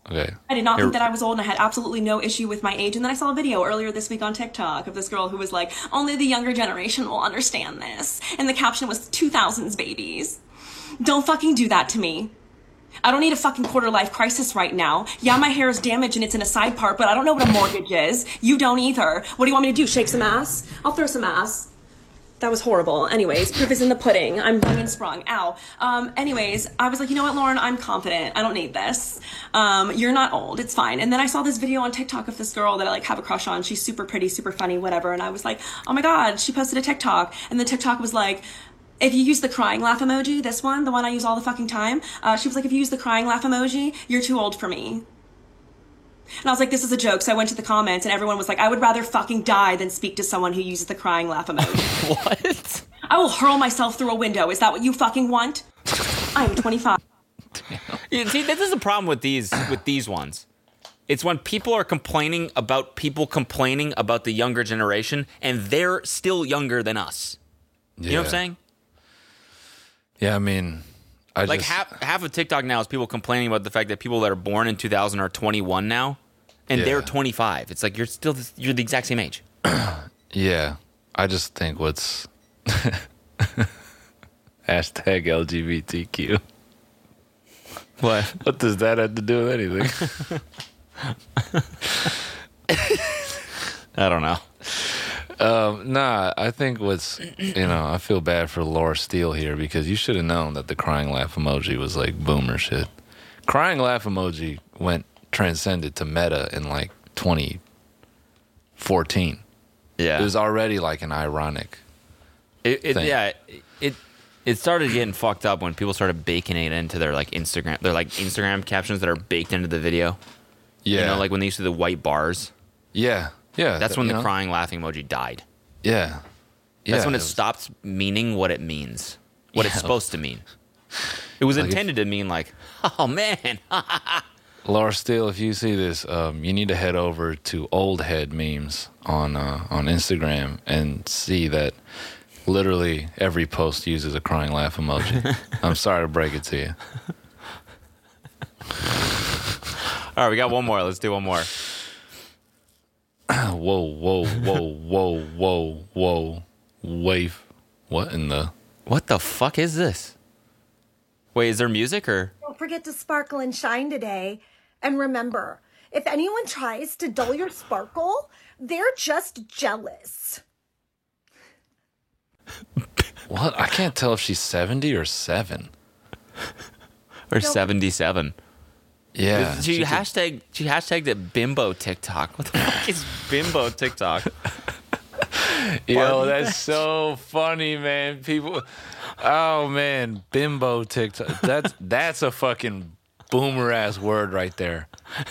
Speaker 3: Okay.
Speaker 11: I did not
Speaker 3: Here-
Speaker 11: think that I was old and I had absolutely no issue with my age. And then I saw a video earlier this week on TikTok of this girl who was like, only the younger generation will understand this. And the caption was 2000s babies. Don't fucking do that to me. I don't need a fucking quarter life crisis right now. Yeah, my hair is damaged and it's in a side part, but I don't know what a mortgage is. You don't either. What do you want me to do? Shake some ass? I'll throw some ass. That was horrible. Anyways, proof is in the pudding. I'm young and sprung. Ow. Um, anyways, I was like, you know what, Lauren, I'm confident. I don't need this. Um, you're not old. It's fine. And then I saw this video on TikTok of this girl that I like have a crush on. She's super pretty, super funny, whatever. And I was like, oh my God, she posted a TikTok. And the TikTok was like, if you use the crying laugh emoji, this one, the one I use all the fucking time, uh, she was like, if you use the crying laugh emoji, you're too old for me. And I was like, this is a joke. So I went to the comments and everyone was like, I would rather fucking die than speak to someone who uses the crying laugh emoji.
Speaker 4: what?
Speaker 11: I will hurl myself through a window. Is that what you fucking want? I'm 25.
Speaker 4: You see, this is the problem with these with these ones. It's when people are complaining about people complaining about the younger generation, and they're still younger than us. You know what
Speaker 3: Yeah.
Speaker 4: I'm saying?
Speaker 3: Yeah, I mean, I
Speaker 4: like
Speaker 3: just,
Speaker 4: half half of TikTok now is people complaining about the fact that people that are born in 2000 are 21 now, and they're 25. It's like you're still the, you're the exact same age.
Speaker 3: Yeah, I just think what's hashtag LGBTQ.
Speaker 4: What?
Speaker 3: What does that have to do with anything?
Speaker 4: I don't know.
Speaker 3: Um, nah, I think what's you know I feel bad for Laura Steele here because you should have known that the crying laugh emoji was like boomer shit. crying laugh emoji went transcended to meta in like 2014.
Speaker 4: Yeah.
Speaker 3: It was already like an ironic.
Speaker 4: It, it
Speaker 3: thing.
Speaker 4: yeah, it it started getting fucked up when people started baking it into their like Instagram, their like Instagram captions that are baked into the video. you
Speaker 3: Yeah.
Speaker 4: know, like when they used to do the white bars.
Speaker 3: Yeah. Yeah.
Speaker 4: that's when
Speaker 3: you
Speaker 4: the
Speaker 3: know?
Speaker 4: crying laughing emoji died.
Speaker 3: Yeah.
Speaker 4: that's
Speaker 3: Yeah,
Speaker 4: when
Speaker 3: it
Speaker 4: it,
Speaker 3: was-
Speaker 4: stopped meaning what it means, what it's
Speaker 3: Yeah.
Speaker 4: supposed to mean. It was
Speaker 3: Like if-
Speaker 4: intended to mean like, oh man,
Speaker 3: Laura Steele, if you see this, um, you need to head over to old head memes on uh, on Instagram and see that literally every post uses a crying laugh emoji. I'm sorry to break it to you.
Speaker 4: All right, we got one more. Let's do one more.
Speaker 3: Uh, whoa, whoa, whoa, whoa, whoa, whoa, wave. What in the?
Speaker 4: What the fuck is this? Wait, is there music or?
Speaker 12: Don't forget to sparkle and shine today. And remember, if anyone tries to dull your sparkle, they're just jealous.
Speaker 3: What? I can't tell if she's 70 or seven.
Speaker 4: or 77.
Speaker 3: Yeah.
Speaker 4: She,
Speaker 3: she could-
Speaker 4: hashtag she hashtagged it bimbo TikTok. What the fuck is bimbo TikTok?
Speaker 3: Yo, that's so funny, man. People, oh man, bimbo TikTok. That's that's a fucking boomer ass word right there.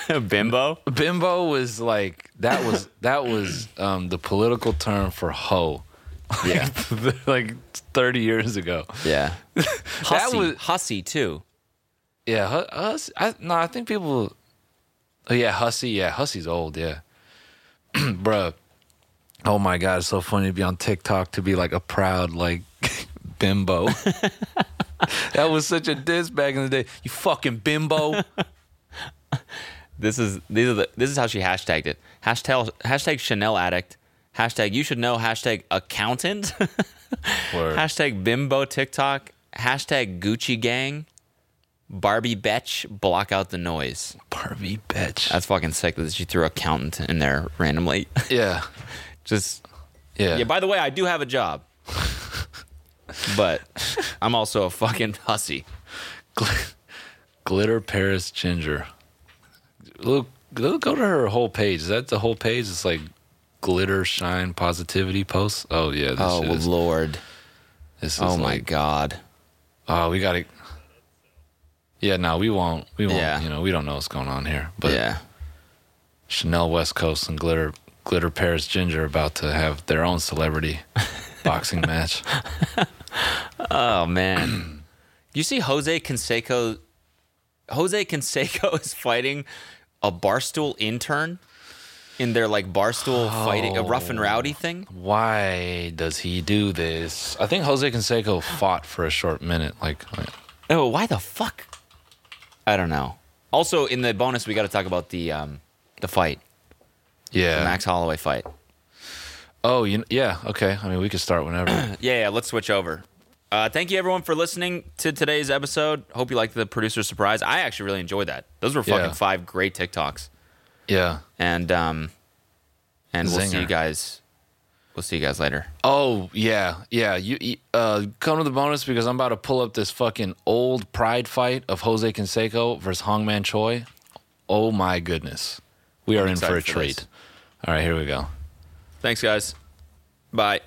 Speaker 4: bimbo.
Speaker 3: Bimbo was like that was that was um, the political term for hoe. Yeah, like thirty years ago.
Speaker 4: Yeah,
Speaker 3: that
Speaker 4: Hussy.
Speaker 3: was
Speaker 4: hussy too.
Speaker 3: Yeah, hu- huss. I, no, I think people. Oh yeah, hussy. Yeah, hussy's old. Yeah, bruh. Oh my god, it's so funny to be on TikTok to be like a proud like bimbo. that was such a diss back in the day. You fucking bimbo.
Speaker 4: This is these are the this is how she hashtagged it. Hashtag hashtag Chanel addict. Hashtag you should know. Hashtag accountant. hashtag bimbo TikTok. Hashtag Gucci gang. Barbie Betch, block out the noise.
Speaker 3: Barbie Betch.
Speaker 4: That's fucking sick that she threw accountant in there randomly.
Speaker 3: Yeah.
Speaker 4: Just
Speaker 3: Yeah.
Speaker 4: Yeah, by the way, I do have a job. but I'm also a fucking hussy.
Speaker 3: Glitter Paris Ginger. Look, look, go to her whole page. Is that the whole page? It's like glitter shine positivity posts. Oh yeah. This
Speaker 4: Oh,
Speaker 3: shit is-
Speaker 4: Lord.
Speaker 3: This is
Speaker 4: Oh, my
Speaker 3: like-
Speaker 4: God.
Speaker 3: Oh, we gotta. Yeah, no, we won't. We won't.
Speaker 4: Yeah.
Speaker 3: You know, we don't know what's going on here. But
Speaker 4: yeah,
Speaker 3: Chanel West Coast and glitter glitter Paris Ginger are about to have their own celebrity boxing match.
Speaker 4: Oh man. you see Jose Canseco Jose Canseco is fighting a barstool intern in their like barstool fighting a rough and rowdy thing.
Speaker 3: Why does he do this? I think Jose Canseco fought for a short minute. Like, like
Speaker 4: Oh, why the fuck? I don't know. Also in the bonus we got to talk about the um the fight.
Speaker 3: yeah.
Speaker 4: The Max Holloway fight.
Speaker 3: Oh, you, yeah. Okay. I mean, we could start whenever.
Speaker 4: Yeah, yeah, let's switch over. Uh, thank you everyone for listening to today's episode. Hope you liked the producer surprise. I actually really enjoyed that. Those were fucking
Speaker 3: Yeah.
Speaker 4: five great TikToks.
Speaker 3: yeah.
Speaker 4: And um and we'll see
Speaker 3: Zinger.
Speaker 4: you guys we'll see you guys later.
Speaker 3: Oh yeah, yeah. You you, uh, come to the bonus because I'm about to pull up this fucking old pride fight of Jose Canseco versus Hongman Choi. Oh my goodness, we are
Speaker 4: I'm
Speaker 3: in for a
Speaker 4: excited for this.
Speaker 3: treat. All right, here we go.
Speaker 4: Thanks guys. Bye.